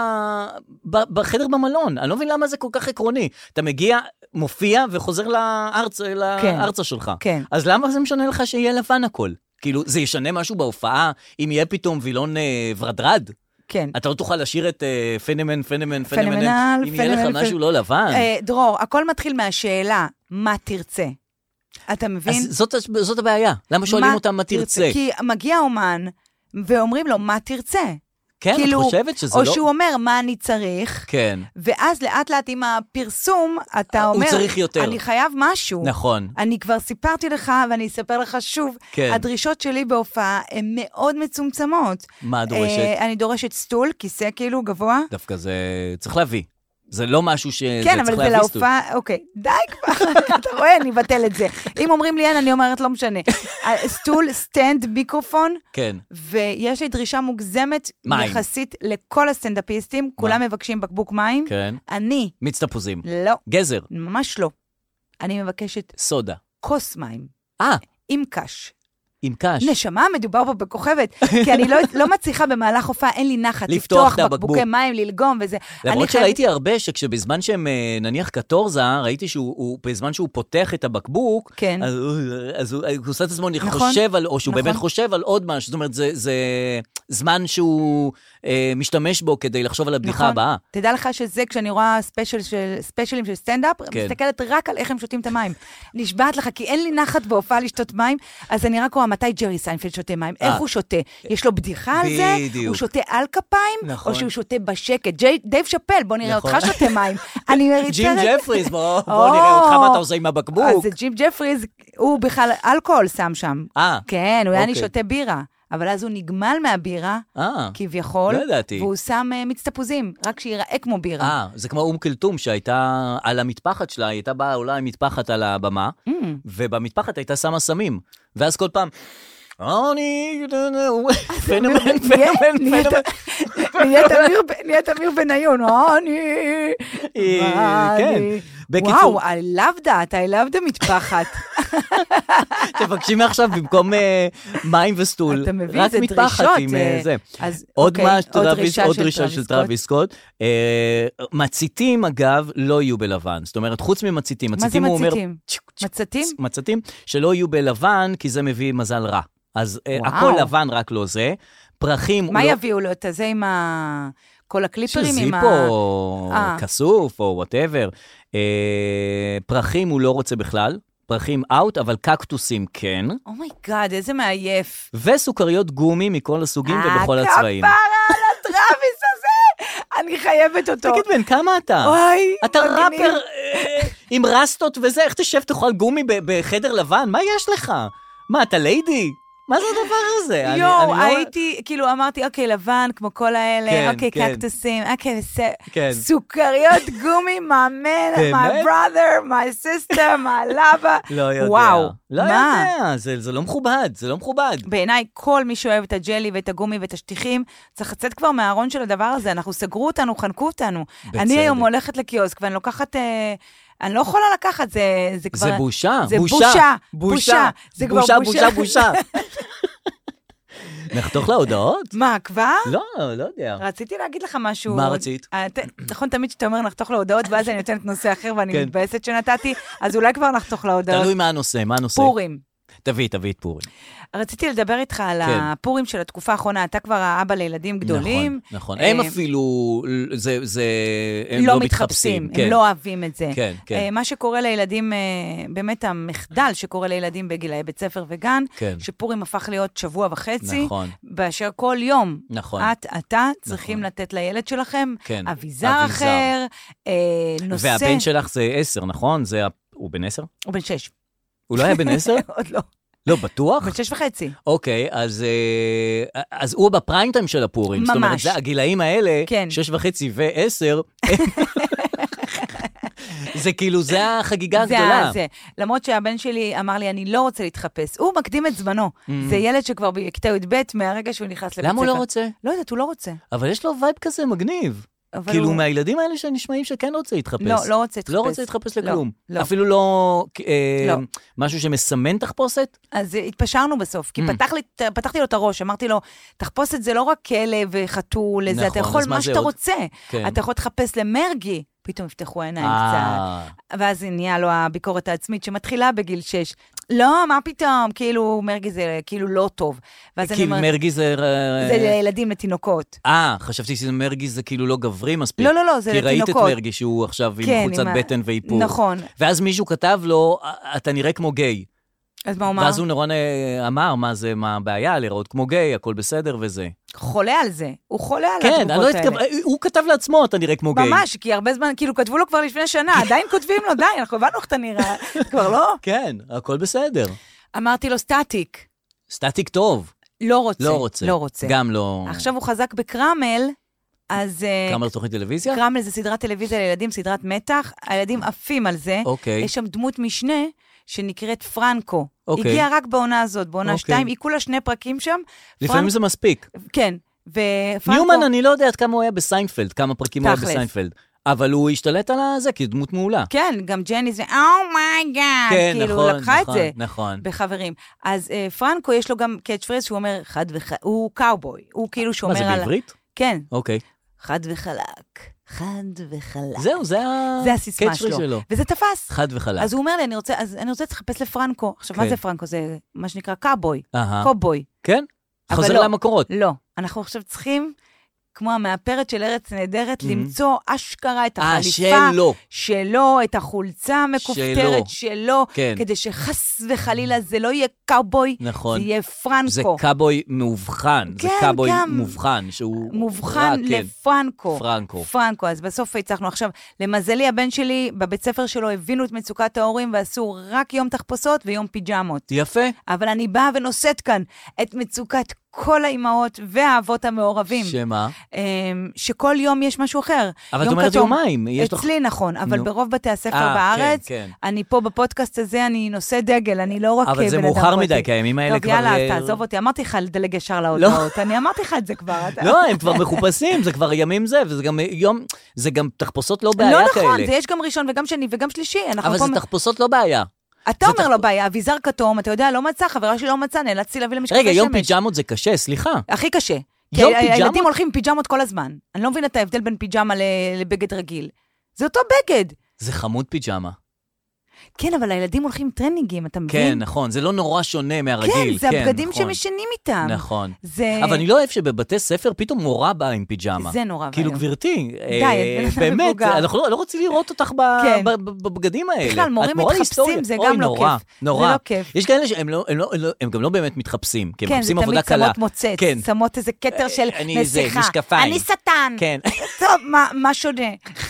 ב, בחדר במלון? אני לא מבין למה זה כל כך עקרוני. אתה מגיע, מופיע וחוזר לארץ, כן. לארצה שלך. כן. אז למה זה משנה לך שיהיה לבן הכל? כאילו, זה ישנה משהו בהופעה, אם יהיה פתאום וילון אה, ורדרד? כן. אתה לא תוכל לשיר את אה, פנומן, פנומן, פנומן, פנומנל, אם יהיה לך פנומנל, משהו פנ- לא לבן. אה, דרור, הכל מתחיל מהשאלה, מה תרצה? אתה מבין? אז זאת, זאת הבעיה, למה שואלים מה אותם מה תרצה? כי מגיע אומן ואומרים לו, מה תרצה? כן, כאילו, את חושבת שזה או לא... שהוא אומר, מה אני צריך? כן, ואז לאט לאט עם הפרסום, אתה הוא אומר, צריך יותר. אני חייב משהו. נכון. אני כבר סיפרתי לך, ואני אספר לך שוב, כן. הדרישות שלי בהופעה הן מאוד מצומצמות. מה את דורשת? אה, אני דורשת סטול, כיסא כאילו גבוה. דווקא זה... צריך להביא. זה לא משהו ש... כן, צריך אבל זה להביא להופעה, אוקיי, די כבר, [laughs] אתה רואה, אני אבטל את זה. אם אומרים לי אין, אני אומרת, לא משנה. אה, סטול, סטנד, מיקרופון, סטוט. כן. ויש לי דרישה מוגזמת מים. יחסית לכל הסטנדאפיסטים, כולם מבקשים בקבוק מים. כן. אני, מיץ תפוזים. לא, גזר. ממש לא. אני מבקשת סודה. כוס מים, אה, עם קש. עם קש. נשמה, מדובר פה בכוכבת, כי אני לא, לא מצליחה במהלך הופעה, אין לי נחת לפתוח לפתוח את הבקבוק. בקבוקי מים, ללגום וזה. אני למרות חייבת- שראיתי הרבה שכשבזמן שהם, אה, נניח קטורזה, ראיתי שהוא, הוא- בזמן שהוא פותח את הבקבוק, כן. אז הוא- אז הוא הוא עושה את עצמו נכון, חושב על, או שהוא נכון. באמת חושב על עוד משהו, זאת אומרת, זה- זה זמן שהוא אה, משתמש בו כדי לחשוב על הבדיחה נכון. הבאה. תדע לך שזה, כשאני רואה ספיישל של, ספיישלים של סטנדאפ, כן. כן. מסתכלת רק על איך הם שותים את המים. נשבעת לך, כי אין לי נחת בהופעה לשתות מים, אז אני רק רואה מתי ג'רי סיינפלד שותה מים, אה. איך הוא שותה. יש לו בדיחה על זה? בדיוק. הוא שותה על כפיים? נכון. או שהוא שותה בשקט? ג'י, דייב שאפל, בוא נראה נכון. אותך שותה [laughs] מים. אני מריצה... ג'ים את- ג'פריס, [laughs] בוא בוא נראה אותך או. מה אתה עושה עם אז הבקבוק. זה ג'ים ג'פריז, הוא בכלל אלכוהול שם שם. אה, כן, הוא היה אוקיי. אני שותה בירה, אבל אז הוא נגמל מהבירה, אה, כביכול, לא ידעתי. והוא שם אה, מיץ תפוזים, רק שיראה כמו [laughs] בירה. אה, זה כמו אום כלתום שהייתה על המטפחת שלה, היא הייתה באה אולי עם מטפחת על הבמה, Mm. ובמטפחת הייתה שמה סמים. ואז כל פעם, אני... [laughs] פנומן, פנומן, נהיית- פנומן. נהיית אמיר ב- נהיית אמיר בניון, אה, אני... אה, מה כן. אני- בקיצור- וואו, I love that, I love the [laughs] מטפחת. תבקשי מעכשיו במקום אה, מים וסטול, אתה מבין, רק זה מטפחת דרישות, עם אה, אה, זה. אז עוד אוקיי, משהו, עוד טראביס- דרישה עוד של דרישה טראביס של סקוט. טראביס סקוט. אה, מציתים, אגב, לא יהיו בלבן. זאת אומרת, חוץ ממציתים. זה מציתים, הוא אומר... מציתים? צ'וק, צ'וק, מצתים? מצתים, שלא יהיו בלבן, כי זה מביא מזל רע. אז אה, וואו. הכל לבן, רק לא זה. פרחים, מה לא... יביאו לו? את הזה עם ה... כל הקליפרים עם ה... שזיפו, או אה. כסוף, או וואטאבר. אה, פרחים הוא לא רוצה בכלל, פרחים אאוט, אבל קקטוסים כן. אומייגאד, Oh איזה מעייף. וסוכריות גומי מכל הסוגים ובכל הצבעים. הכפרה על הטראביס הזה! אני חייבת אותו. תגיד, בן כמה אתה? וואי, אה, אתה מגניב. ראפר אה, עם רסטות וזה, איך תשב תאכל גומי ב- בחדר לבן? מה יש לך? מה, אתה ליידי? מה זה הדבר הזה? אני- יואו, אני לא- הייתי, כאילו אמרתי, אוקיי, לבן, כמו כל כן, האלה, אוקיי, כן. קקטוסים, אוקיי, כן. בסדר. סוכריות גומי, my man, באמת? my brother, my sister, my lover. [laughs] לא יודע. וואו, לא מה? יודע, זה, זה לא מכובד, זה לא מכובד. בעיניי, כל מי שאוהב את הג'לי ואת הגומי ואת השטיחים, צריך לצאת כבר מהארון של הדבר הזה. אנחנו סגרו אותנו, חנקו אותנו. בצדק. אני היום הולכת לקיוסק ואני לוקחת... אה, אני לא יכולה לקחת, זה, זה כבר... זה בושה, זה בושה, בושה, בושה, בושה. זה כבר בושה, בושה. בושה, בושה. נחתוך לה הודעות? [laughs] מה, כבר? לא, לא יודע. רציתי להגיד לך משהו. מה רצית? אה, ת- נכון, תמיד כשאתה אומר נחתוך להודעות, ואז אני נותנת נושא אחר כן. ואני מתבאסת שנתתי, אז אולי כבר נחתוך להודעות. תלוי מה הנושא, מה הנושא. פורים. תביא, תביא את פורים. רציתי לדבר איתך על כן. הפורים של התקופה האחרונה. אתה כבר האבא לילדים גדולים. נכון, נכון. אה, הם אפילו, זה, זה, הם לא מתחפשים, כן. הם לא אוהבים את זה. כן, כן. אה, מה שקורה לילדים, אה, באמת המחדל שקורה לילדים בגילאי בית ספר וגן, כן. שפורים הפך להיות שבוע וחצי, נכון. באשר כל יום, נכון. את, אתה, צריכים לתת לילד שלכם כן, אביזר אביזר. אחר, אה, נושא... והבן שלך זה עשר, נכון? זה, ה- הוא בן עשר? הוא בן שש. [laughs] הוא לא היה בן עשר? עוד לא. לא, בטוח? הוא בן שש [laughs] וחצי. אוקיי, אז, אה, אז הוא בפריים טיים של הפורים. זאת אומרת, ממש. זה הגילאים האלה, כן. שש וחצי ועשר, זה כאילו, זה החגיגה זה הגדולה. ה- זה. למרות שהבן שלי אמר לי, אני לא רוצה להתחפש. הוא מקדים את זמנו. זה ילד שכבר בכיתה י"ב, מהרגע שהוא נכנס לבית ספר. Mm. למה הוא לא רוצה? לא יודעת, הוא לא רוצה. אבל יש לו וייב כזה מגניב. אבל כאילו, הוא- מהילדים האלה שנשמעים שכן רוצה להתחפש. לא, לא רוצה להתחפש. לא רוצה להתחפש לכלום. לא, לא. אפילו לא, אה, לא. משהו שמסמן תחפושת? אז אה, התפשרנו בסוף, כי Mm. פתח לי, ת- פתחתי לו את הראש, אמרתי לו, תחפושת זה לא רק כלב וחתול, זה, נכון, אתה יכול אז מה מה זה שאתה עוד? רוצה. כן. אתה יכול לחפש למרגי, פתאום יפתחו העיניים קצת. אה, ואז נהיה לו הביקורת העצמית שמתחילה בגיל 6. לא, מה פתאום, כאילו, מרגי זה כאילו לא טוב. ואז אני כי אומרת, מרגי זה... אה, זה לילדים, לתינוקות. אה, חשבתי שמרגי זה כאילו לא גברי מספיק. לא, לא, לא, זה כי ראית לתינוקות. את מרגי שהוא עכשיו כן, עם חולצת עם ה- בטן ואיפור. נכון. ואז מישהו כתב לו, "אה, אתה נראה כמו גיי. אז מה הוא אמר? ואז הוא נורא אה, אמר, מה זה, מה הבעיה, להיראות כמו גיי, הכל בסדר וזה. חולה על זה. הוא חולה על כן, אני לא אוקיי. התגובות התכוון, האלה. הוא כתב לעצמו, אתה נראה כמו גיי. ממש, כי הרבה זמן, כאילו, כתבו לו כבר לפני [laughs] שנה, עדיין כותבים לו, די, אנחנו הבנו איך אתה נראה. כבר לא? כן, הכל בסדר. אמרתי לו, סטטיק. סטטיק טוב. לא רוצה. לא רוצה. לא רוצה. גם לא... עכשיו הוא חזק בקרמל, אז... אה, כמה תוכנית טלוויזיה? קרמל זה סדרת טלוויזיה לילדים, סדרת מתח, הילדים עפים על זה. אה. אוקיי. יש שם דמות משנה שנקראת פרנקו. אוקיי. הגיעה רק בעונה הזאת, בעונה אוקיי. שתיים, היא כולה שני פרקים שם. לפעמים פרנק- זה מספיק. כן, ופרנקו... ניומן, אני לא יודע עד כמה הוא היה בסיינפלד, כמה פרקים הוא היה תכלס. בסיינפלד. אבל הוא השתלט על הזה כדמות מעולה. כן, גם ג'ני זה, אומייגאד. כן, כאילו, נכון, לקחה את נכון, זה. נכון. בחברים. אז אה, פרנקו, יש לו גם קאץ' פריז שהוא אומר, חד וחלק, הוא קאובוי. הוא כאילו שומר מה, על... זה בעברית? כן. אוקיי. חד וחלק. חד וחלק. זהו, זה ה- זה הסיסמה catch phrase שלו. וזה תפס. חד וחלק. אז הוא אומר לי, אני רוצה, אז אני רוצה לחפש לפרנקו. עכשיו, מה לא. כן. זה פרנקו? זה מה שנקרא קאבוי, אהה. קובוי. כן? אבל חוזר לא. למקורות. לא, אנחנו עכשיו צריכים, כמו המאפרת של ארץ נהדרת, למצוא אשכרה את Mm-hmm. אה, החליפה שלו. שלו, את החולצה המכופתרת שלו, כן. כדי שחס וחלילה זה לא יהיה קאובוי, נכון. זה יהיה זה פרנקו. קאבוי מאובחן. זה כן, קאבוי גם. מובחן, שהוא... מובחן רע, כן. לפרנקו. פרנקו. פרנקו, אז בסוף הצלחנו. עכשיו, למזלי, הבן שלי, בבית ספר שלו הבינו את מצוקת ההורים ועשו רק יום תחפושות ויום פיג'מות. יפה. אבל אני באה ונושאת כאן את מצוקת כל האימהות והאבות המעורבים. ש... שמה? שכל יום יש משהו אחר. אבל את יום אומרת כתום. יומיים, יש לך- אצלי נכון, אבל נו. ברוב בתי הספר אה, בארץ, כן, אני פה בפודקאסט הזה, אני נושא דגל, אני לא רק אבל זה בן אדם מאוחר מדי, פרטי. כי הימים האלה כבר, טוב, יאללה, אה, אז תעזוב אותי, אמרתי לך לדלג ישר להודעות, אני אמרתי לך את זה כבר. אתה- כן. לא, הם כבר מחופשים, זה כבר ימים זה, וזה גם יום... זה גם תחפושות לא בעיה לא כאלה. נכון, זה יש גם ראשון וגם שני וגם שלישי. אנחנו אבל פה זה תחפושות לא בעיה. אתה זה אומר תח- לו בעיה, אביזר כתום, אתה יודע, לא מצא, חברה שלי לא מצאה, נאלצתי להביא למשקפי שמש. רגע, יום פיג'מות זה קשה, סליחה. הכי קשה. כי יום ה- פיג'מות? הילדים הולכים עם פיג'מות כל הזמן. אני לא מבינה את ההבדל בין פיג'מה ל- לבגד רגיל. זה אותו בגד. זה חמוד פיג'מה. כן, אבל הילדים הולכים עם טרנינגים, אתה מבין? כן, נכון, זה לא נורא שונה כן, מהרגיל. זה הבגדים נכון. שמשנים איתם. נכון. זה... אבל אני לא אוהב שבבתי ספר פתאום מורה באה עם פיג'מה. אה, זה נורא כאילו, ואיום. גברתי, אה, בן אדם באמת, מבוגר. אנחנו לא, לא רוצים לראות אותך ב- כן. ב- ב- בבגדים האלה. בכלל, את מורים מורה מתחפשים, להיסטוריה. זה אוי, גם לא נורא, כיף. זה נורא. לא כיף. יש כאלה שהם לא, הם לא, הם לא, הם גם לא באמת מתחפשים, כי הם כן, זה מחפשים תמיד עבודה קלה. שמות מוצץ, כן, אה, שמות איזה כתר של אני זה, נסיכה. משקפיים. אני שטן. כן. [laughs] טוב, מה- מה שונה? [laughs]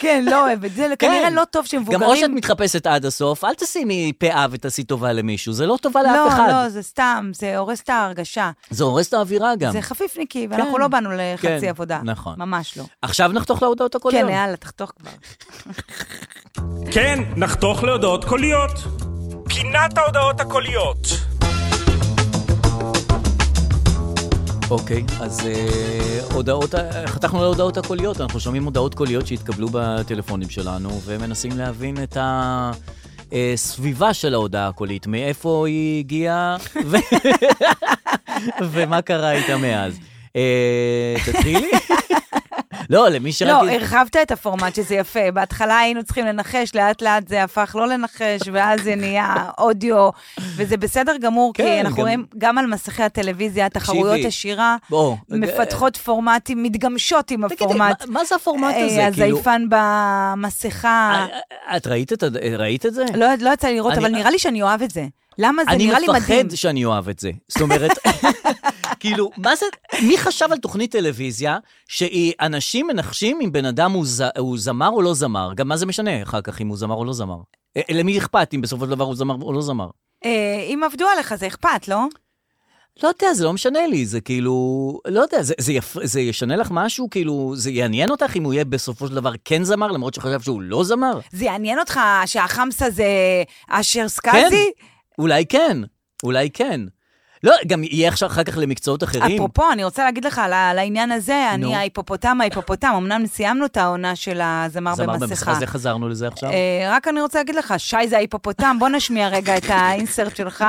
כן, לא אוהבת. זה כנראה לא טוב שמבוגרים... כן. גם או שאת מתחפשת עד הסוף, אל תשימי פאה ותעשי טובה למישהו, זה לא טובה לאף לא, אחד. לא, זה סתם, זה הורס את ההרגשה. זה הורס את האווירה גם. זה חפיפניקי, ואנחנו לא באנו לחצי כן, עבודה. נכון. ממש לא. עכשיו נחתוך להודעות הכל כן, יום. יאללה, תחתוך כבר. כן, נחתוך להודעות קוליות. פינת ההודעות הקוליות. אוקיי, אז אה, הודעות, ה- חתכנו להודעות הקוליות, אנחנו שומעים הודעות קוליות שהתקבלו בטלפונים שלנו, ומנסים להבין את הסביבה של ההודעה הקולית, מאיפה היא הגיעה, ו... ומה קרה איתה מאז. אה, [laughs] תתחילי. לא, למי לא, שרק... הרחבת את הפורמט, שזה יפה. בהתחלה היינו צריכים לנחש, לאט-לאט זה הפך לא לנחש, ואז זה נהיה אודיו, וזה בסדר גמור, כן, כי גם- אנחנו רואים גם על מסכי הטלוויזיה, תחרויות תקשיבי, השירה, בוא, אה, מפתחות פורמטים, מתגמשות עם תגידי, הפורמט. מה- מה זה הפורמט אה, הזה? כאילו- הזייפן במסכה. אה, את ראית את, הד- ראית את זה? לא לא יצא לי לראות, אני- אבל נראה לי שאני אוהב את זה. למה זה אני נראה לי מדהים? מפחד שאני אוהב את זה. זאת אומרת, [laughs] כאילו, מה זה, מי חשב על תוכנית טלוויזיה שאנשים מנחשים אם בן אדם הוא, ז, הוא זמר או לא זמר? גם מה זה משנה אחר כך אם הוא זמר או לא זמר? אה, למי אכפת אם בסופו של דבר הוא זמר או לא זמר? אה, אם עבדו עליך, זה אכפת, לא? לא יודע, זה לא משנה לי, זה כאילו, לא יודע, זה, זה, יפ, זה ישנה לך משהו, כאילו, זה יעניין אותך אם הוא יהיה בסופו של דבר כן זמר, למרות שחשב שהוא לא זמר? זה יעניין אותך שהחמסה זה אשר סקאזי? אולי כן, אולי כן. לא, גם יהיה עכשיו אחר כך למקצועות אחרים. אפרופו, אני רוצה להגיד לך על ה- על העניין הזה, נו. אני ההיפופוטם, ההיפופוטם, אמנם סיימנו את העונה של הזמר זמר במסכה. זה חזרנו לזה עכשיו. אה, רק אני רוצה להגיד לך, שי זה ההיפופוטם, בוא נשמיע רגע את האינסרט שלך.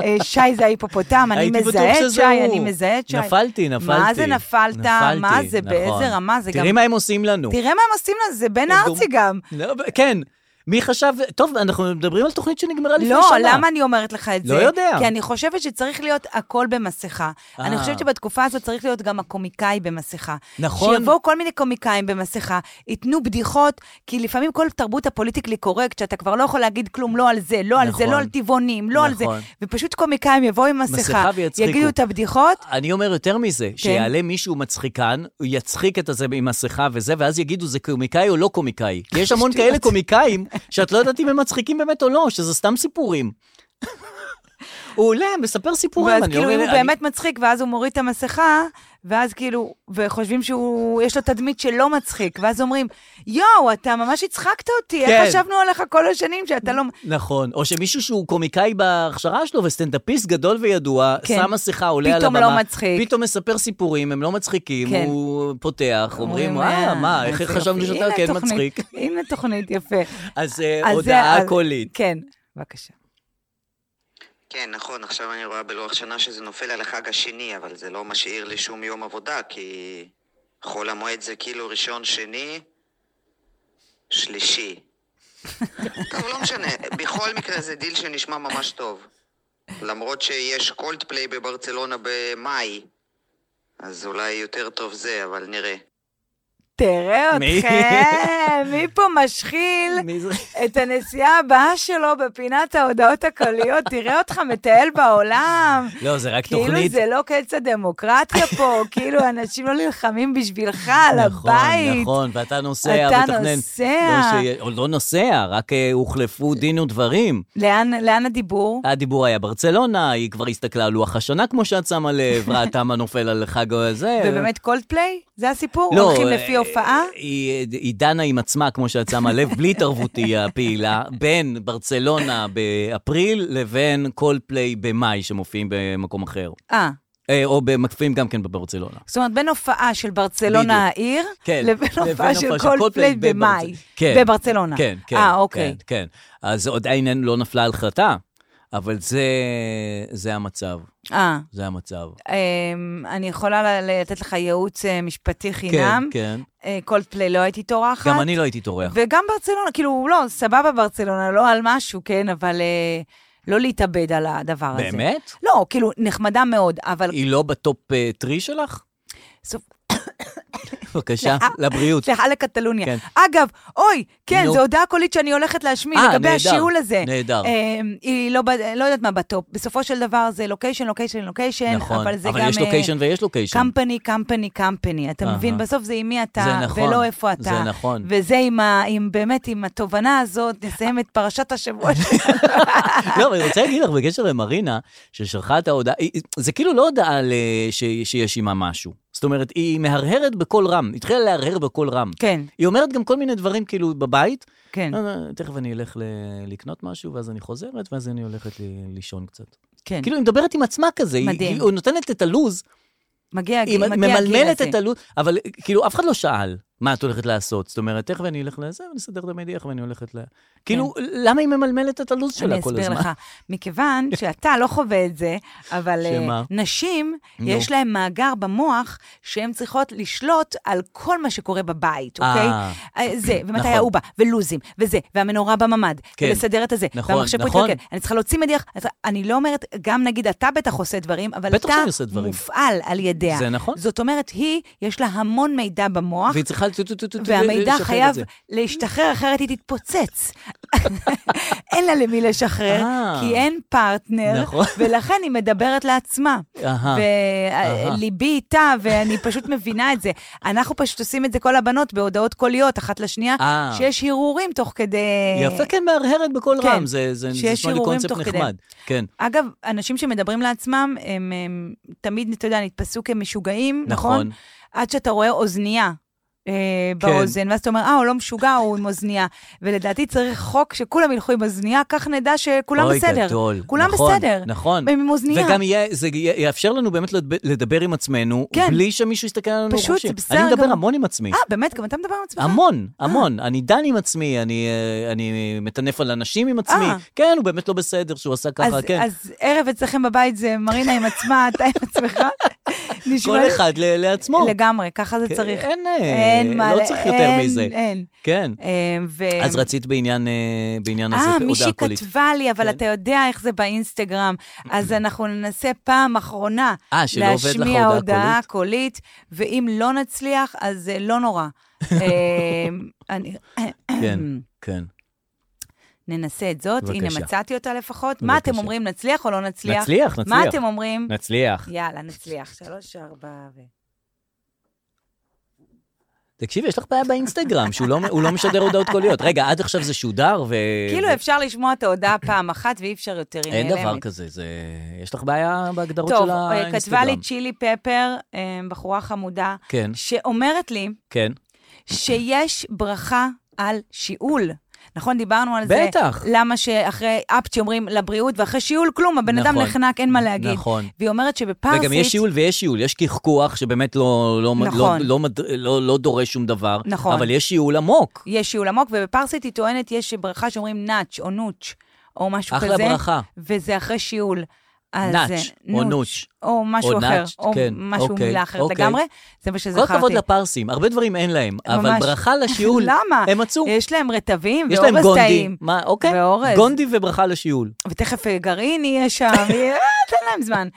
אה, שי זה ההיפופוטם, אני הייתי בטוח מזהה את שזה שי, הוא. אני מזהה את שי. נפלתי, נפלתי. מה זה נפלת? נפלתי, מה זה? נכון. באיזה רמה? זה תראי גם- מה הם עושים לנו. תראה מה הם עושים לנו, זה בן הם הארצי גם. לא, ב- כן. מי חשב... טוב, אנחנו מדברים על תוכנית שנגמרה לפני לא, שנה. למה אני אומרת לך את לא זה? יודע. כי אני חושבת שצריך להיות הכל במסכה. אה. אני חושבת שבתקופה הזאת צריך להיות גם הקומיקאי במסכה. נכון. שיבואו כל מיני קומיקאים במסכה, ייתנו בדיחות, כי לפעמים כל תרבות הפוליטיקלי קורקט, שאתה כבר לא יכול להגיד כלום, לא על זה, לא על זה, נכון. לא על טבעונים, לא על זה. נכון. ופשוט קומיקאים יבואו עם מסכה, מסכה ויצחיקו. יגידו את הבדיחות, אני אומר יותר מזה, כן. שיעלה מישהו מצחיקן, הוא יצחיק את הזה עם מסכה וזה, ואז יגידו זה קומיקאי או לא קומיקאי. כי [laughs] [laughs] יש המון כאלה קומיקאים, שאת לא יודעת אם הם מצחיקים באמת או לא, שזה סתם סיפורים. הוא עולה, מספר סיפורים. ואז אני כאילו, אומר, אם הוא אני- באמת מצחיק, ואז הוא מוריד את המסכה, ואז כאילו, וחושבים שהוא, יש לו תדמית שלא מצחיק, ואז אומרים, יואו, אתה ממש הצחקת אותי, כן. איך חשבנו עליך כל השנים שאתה לא... נכון, או שמישהו שהוא קומיקאי בהכשרה שלו וסטנדאפיסט גדול וידוע, כן. שם מסכה, עולה על פתאום הבמה, לא מצחיק. פתאום מספר סיפורים, הם לא מצחיקים, כן. הוא פותח, אומרים, אה, מה, איך איזה חשבנו יופי. שאתה הנה כן תוכנית, מצחיק? הנה תוכנית, [laughs] יפה. אז אה, אז זה- הודעה אז- קולית. כן, בבקשה. כן, נכון, עכשיו אני רואה בלוח שנה שזה נופל על החג השני, אבל זה לא משאיר לי שום יום עבודה, כי חול המועד זה כאילו ראשון, שני, שלישי. טוב, לא משנה, בכל מקרה זה דיל שנשמע ממש טוב. למרות שיש קולדפליי בברצלונה במאי, אז אולי יותר טוב זה, אבל נראה. תראה מי- אתכם, מי פה משחיל מי זה? את הנסיעה הבאה שלו בפינת ההודעות הקוליות, תראה אותך מטייל בעולם. לא, זה רק כאילו תוכנית. זה לא קץ הדמוקרטיה [laughs] פה, כאילו אנשים לא נלחמים בשבילך על נכון, הבית. נכון, ואתה נוסע אתה ותכנן. נוסע. לא שיה- או לא נוסע, רק אה, הוחלפו דין ודברים. לאן, לאן הדיבור? הדיבור היה ברצלונה, היא כבר הסתכלה על לוח השנה, כמו שאת [laughs] שמה לב, ראתה מה נופל על חג הזה. ובאמת קולדפליי? זה הסיפור? אה, לא, הולכים אה, לפי הופעה? היא, היא דנה עם עצמה, כמו שאת שמה לב, [laughs] בלי התערבותי הפעילה, בין ברצלונה באפריל לבין קולפליי במאי, שמופיעים במקום אחר. אה, אה, או מופיעים גם כן בברצלונה. זאת אומרת, בין הופעה של ברצלונה בדיוק. העיר, כן. לבין הופעה של קולדפליי קולדפליי במאי. בברצ- כן. בברצלונה. כן, כן. אה, אוקיי. כן, כן. אז עדיין אין- לא נפלה החלטה, אבל זה, זה המצב. אה. זה המצב. אמ, אני יכולה ל- לתת לך ייעוץ אה, משפטי חינם. כן, אה, קולדפליי לא הייתי טורחת. גם אני לא הייתי טורח. וגם ברצלונה, כאילו, לא, סבבה ברצלונה, לא על משהו, כן, אבל אה, לא להתאבד על הדבר הזה. באמת? לא, כאילו, נחמדה מאוד, אבל... היא לא בטופ אה, טרי שלך? [laughs] סוף- בבקשה, לבריאות. סליחה לקטלוניה. כן. אגב, אוי, כן, נו. זו הודעה קולית שאני הולכת להשמיע אה, לגבי נהדר, השיעול הזה. נהדר. אה, היא לא, ב- לא יודעת מה בטופ, בסופו של דבר זה לוקיישן, לוקיישן, לוקיישן, נכון, כן, אבל זה אבל גם... אה, יש לוקיישן ויש לוקיישן. קמפני, קמפני, קמפני. אתה אהה. מבין, בסוף זה עם מי אתה, זה נכון, ולא איפה אתה. זה נכון. וזה עם, ה, עם באמת, עם התובנה הזאת, נסיים את פרשת [laughs] השבוע שלנו. לא, אבל אני רוצה להגיד לך בקשר למרינה, ששלחה את ההודעה, היא- היא- זה כאילו לא הודעה ל- ש- שיש עימה משהו. זאת אומרת, היא מהרהרת בקול רם, היא התחילה להרהר בקול רם. כן, היא אומרת גם כל מיני דברים כאילו בבית. כן, לא, לא, תכף אני אלך ל- לקנות משהו, ואז אני חוזרת, ואז אני הולכת ל- לישון קצת. כן. כאילו, היא מדברת עם עצמה כזה, היא- מדהים. היא היא נותנת את הלוז, מגיע, היא מגיע הגיל ממלמלת הזה. את הלו"ז, אבל כאילו, אף אחד לא שאל מה את הולכת לעשות. זאת אומרת, תכף אני אלך לזה, ואני אסדר את המדיח ואני הולכת ל... כאילו, למה היא ממלמלת את הלו"ז שלה כל הזמן? כן. אני אסביר לך. [laughs] מכיוון שאתה לא חווה את זה, אבל אה, שמה? נשים, נו. יש להן מאגר במוח שהן צריכות לשלוט על כל מה שקורה בבית, אה. אוקיי? אה, זה, ומתי נכון. ההוא בא, ולוזים, וזה, והמנורה בממ"ד, כן. ולסדר את הזה, נכון, והמחשב פה נכון. התקלקל, אני צריכה להוציא מדיח, אני צריכה- אני לא אומרת, גם נגיד אתה בטח עושה דברים, אבל בטח אתה שאני עושה דברים. מופעל על ידיה. זה נכון. זאת אומרת, היא, יש לה המון מידע במוח, והיא צריכה... טו- טו- טו- טו- טו- אה? והמידע לשחרר את חייב זה. להשתחרר, אחרת היא תתפוצץ. [laughs] אין לה למי לשחרר, אה. כי אין פרטנר, נכון. ולכן היא מדברת לעצמה. אהה, אהה. וליבי איתה, ואני פשוט מבינה את זה. אנחנו פשוט עושים את זה כל הבנות בהודעות קוליות, אחת לשנייה, אה. שיש הרהורים תוך כדי... יפה, כן, מהרהרת בקול כן. רם, זה זה- זה שיש נשמע לי הרהורים קונספט תוך כדי. נחמד. כן, אגב, אנשים שמדברים לעצמם, הם, הם תמיד, אתה יודע, נתפסו כמשוגעים, נכון? נכון. נכון. עד שאתה רואה אוזנייה. אה, כן. באוזן, ואז אתה אומר, אה, הוא לא משוגע, הוא עם אוזנייה. ולדעתי צריך חוק שכולם ילכו עם אוזנייה, כך נדע שכולם אוי, בסדר. גדול. כולם נכון, בסדר. נכון. הם עם אוזנייה. וגם יהיה- זה יהיה- יאפשר לנו באמת לדב- לדבר עם עצמנו, כן. בלי שמישהו יסתכל עלינו פשוט, זה חופשי. בסדר אני מדבר גמור. המון עם עצמי. אה, באמת? גם אתה מדבר עם עצמך? המון, המון. אני דן עם עצמי, אני, אה, אני מטנף על אנשים עם עצמי. אה. כן, הוא באמת לא בסדר שהוא עשה אז, ככה, כן. אז ערב אצלכם בבית זה מרינה עם עצמה, [laughs] אתה עם [laughs] עצמך. נשמע כל לי- אחד ל- לעצמו. לגמרי, ככה זה כן, צריך. אין, אה, לא ל- צריך יותר אין, מזה. אין. כן. אה, ו- אז רצית בעניין, אה, בעניין הזה, אה, הודעה מישהי קולית. כתבה לי, אבל כן. אתה יודע איך זה באינסטגרם. [clears throat] אז אנחנו ננסה פעם אחרונה אה, שלא עובד לך להשמיע הודעה הודעה קולית, ואם לא נצליח, אז אה, לא [laughs] נורא. אה, אני- כן, אמ, כן. ננסה את זאת, הנה בבקשה. מצאתי אותה לפחות. מה אתם בבקשה. אומרים, נצליח או לא נצליח? נצליח, מה נצליח. אתם [laughs] אומרים? [laughs] נצליח. יאללה, נצליח. שלוש, ארבע ו... תקשיבי, יש לך בעיה באינסטגרם, שהוא לא- הוא לא משדר הודעות קוליות. רגע, עד עכשיו זה שודר אה, ו... כאילו אפשר לשמוע את ההודעה פעם אחת ואי אפשר יותר, היא אין נעלמת. דבר כזה, זה... יש לך בעיה בהגדרות טוב, של אה, כתבה לי האינסטגרם. צ'ילי פפר, אה, בחורה חמודה, כן. שאומרת לי כן. שיש ברכה על שיעול. נכון, דיברנו על זה. בטח. למה שאחרי אפצ'י אומרים לבריאות, ואחרי שיעול כלום, הבן אדם נכון. נחנק, אין מה להגיד. אה, נכון. והיא אומרת שבפרסית... וגם יש שיעול ויש שיעול, יש קחקוח שבאמת לא, לא, נכון. לא, לא, מד- לא, לא דורש שום דבר, נכון. אבל יש שיעול עמוק. יש שיעול עמוק, ובפרסית היא טוענת, יש ברכה שאומרים נאץ' או נוץ', או משהו אחלה כזה. ברכה. וזה אחרי שיעול. אז, נאץ' אה, או נוץ'. או משהו או אחר, נאץ', או כן, משהו, אוקיי, מילה אחרת אוקיי. לגמרי, זה מה כל שזכרתי. הכבוד לפרסים, הרבה דברים אין להם, אבל ממש. ברכה לשיעול, [laughs] למה? הם מצאו. יש להם רטבים יש להם ואורז גונדי. טעים. מה, אוקיי? ואורז. גונדי וברכה לשיעול. ותכף אה, גרעין יהיה שם, יהיה, תן להם זמן.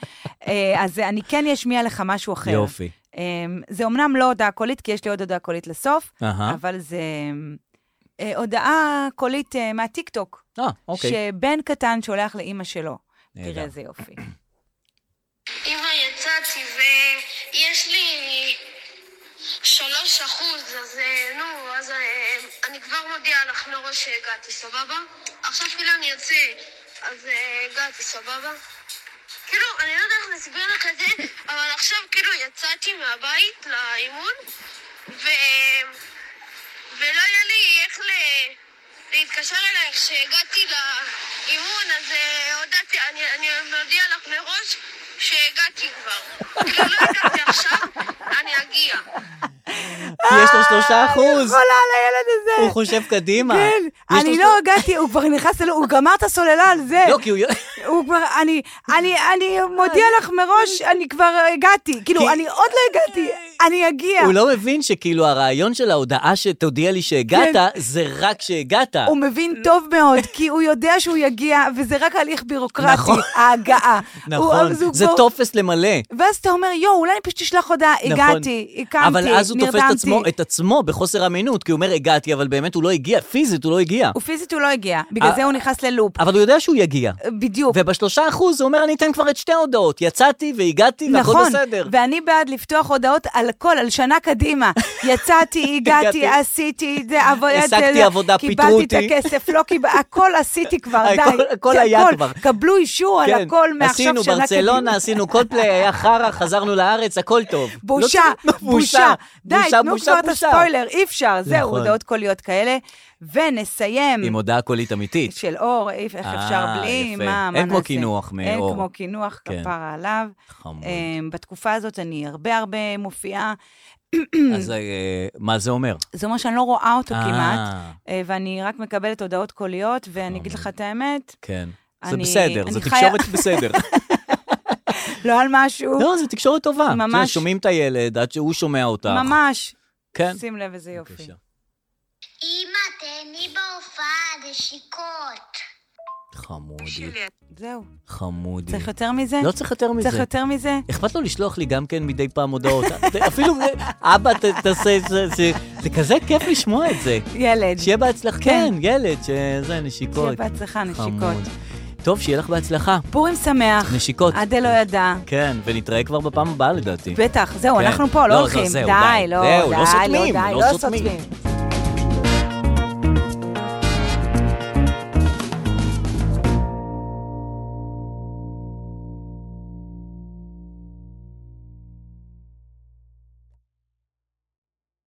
אה, אז אני כן אשמיע לך משהו אחר. יופי. אה, זה אומנם לא הודעה קולית, כי יש לי עוד הודעה קולית לסוף, אהה. אבל זה אה, הודעה קולית אה, מהטיקטוק, אה, אוקיי. שבן קטן שולח לאימא שלו. תראה איזה יופי. אמא, יצאתי ויש לי שלוש אחוז, אז אה, נו, אז אה, אני כבר מודיעה לך מראש שהגעתי, סבבה? עכשיו כאילו אני יוצא, אז אה, הגעתי, סבבה? כאילו, אני לא יודעת איך להסביר לך את זה, אבל עכשיו כאילו יצאתי מהבית לאימון, ו... ולא היה לי איך ל... להתקשר אלייך כשהגעתי לאימון, אז אה, הודעתי, אני, אני מודיע לך מראש שהגעתי כבר. כאילו, לא הגעתי עכשיו, אני אגיע. כי יש לו שלושה אחוז, חולה אה, על הילד הזה. הוא חושב קדימה. כן, יש אני לו- לא הגעתי, הוא כבר נכנס, אליו, הוא גמר את הסוללה על זה. לא, [laughs] כי הוא... הוא כבר, אני, אני, אני מודיע לך מראש, אני כבר הגעתי. כאילו, אני עוד לא הגעתי, אני אגיע. הוא לא מבין שכאילו הרעיון של ההודעה שתודיע לי שהגעת, כן. זה רק שהגעת. הוא מבין טוב מאוד, כי הוא יודע שהוא יגיע, וזה רק הליך בירוקרטי, נכון. ההגעה. נכון, הוא- אז הוא זה כבר- טופס למלא. ואז אתה אומר, יואו, אולי אני פשוט אשלח הודעה, הגעתי, נכון. הקמתי, נרדמתי. אבל אז הוא תופס את עצמו, את עצמו בחוסר אמינות, כי הוא אומר הגעתי, אבל באמת הוא לא הגיע, פיזית הוא לא הגיע. הוא פיזית הוא לא הגיע, בגלל אה, זה הוא נכנס ללופ. אבל הוא יודע שהוא יגיע. בדיוק. ובשלושה אחוז הוא אומר, אני אתן כבר את שתי ההודעות, יצאתי והגעתי והכל נכון, בסדר. ואני בעד לפתוח הודעות על הכל, על שנה קדימה. [laughs] יצאתי, הגעתי, הגעתי. עשיתי, זה עבודה, השגתי עבודה, פיטרו קיבלתי את אותי. הכסף, לא [laughs] קיבלתי, הכל עשיתי כבר, די. הכל- הכל זה היה כבר. קבלו אישור על הכל מעכשיו שנה כן. עשינו קדימה. ברצלונה, עשינו כל פליי, היה חרא, חזרנו לארץ, הכל טוב. בושה, לא צריך- בושה. די, בושה, תנו בושה, כבר את בושה. הספוילר, אי אפשר. זהו, נכון. הודעות קוליות כאלה. ונסיים. עם הודעה קולית אמיתית. של אור, אי- איך אה, אפשר בלי, מה, יפה. מה נעשה? אין כמו קינוח אין מאור. כמו קינוח, כן. כפרה עליו. חמוד. אמ, בתקופה הזאת אני הרבה הרבה מופיעה. אז אה, מה זה אומר? זה אומר שאני לא רואה אותו אה. כמעט, אה, ואני רק מקבלת הודעות קוליות, ואני אגיד לך אוקיי. את האמת, [laughs] כן. זה אני- בסדר, זה אני חיה- תקשורת [laughs] בסדר. לא על משהו, לא, זה תקשורת טובה. אתה יודע, ממש. שומעים את הילד עד שהוא שומע אותך. ממש. לא. כן. שים לב איזה יופי. בבקשה. אמא, תהני בהופעה, נשיקות. חמודי, זהו. חמודי. צריך יותר מזה? לא צריך יותר מזה. צריך יותר מזה? אכפת לו לשלוח לי גם כן מדי פעם הודעות. [laughs] אפילו אבא, ת- תעשה את זה, זה- זה כזה כיף לשמוע את זה. ילד. שיהיה בהצלחה. כן. כן, ילד, שזה, נשיקות. שיהיה בהצלחה, נשיקות. חמוד. טוב, שיהיה לך בהצלחה. פורים שמח. נשיקות. עד אלו ידע. כן, ונתראה כבר בפעם הבאה לדעתי. בטח, זהו, כן. אנחנו פה, לא, לא לא, הולכים. זהו, די, די. לא, זהו, די, לא לא, סותמים, די, לא לא סותמים. סותמים.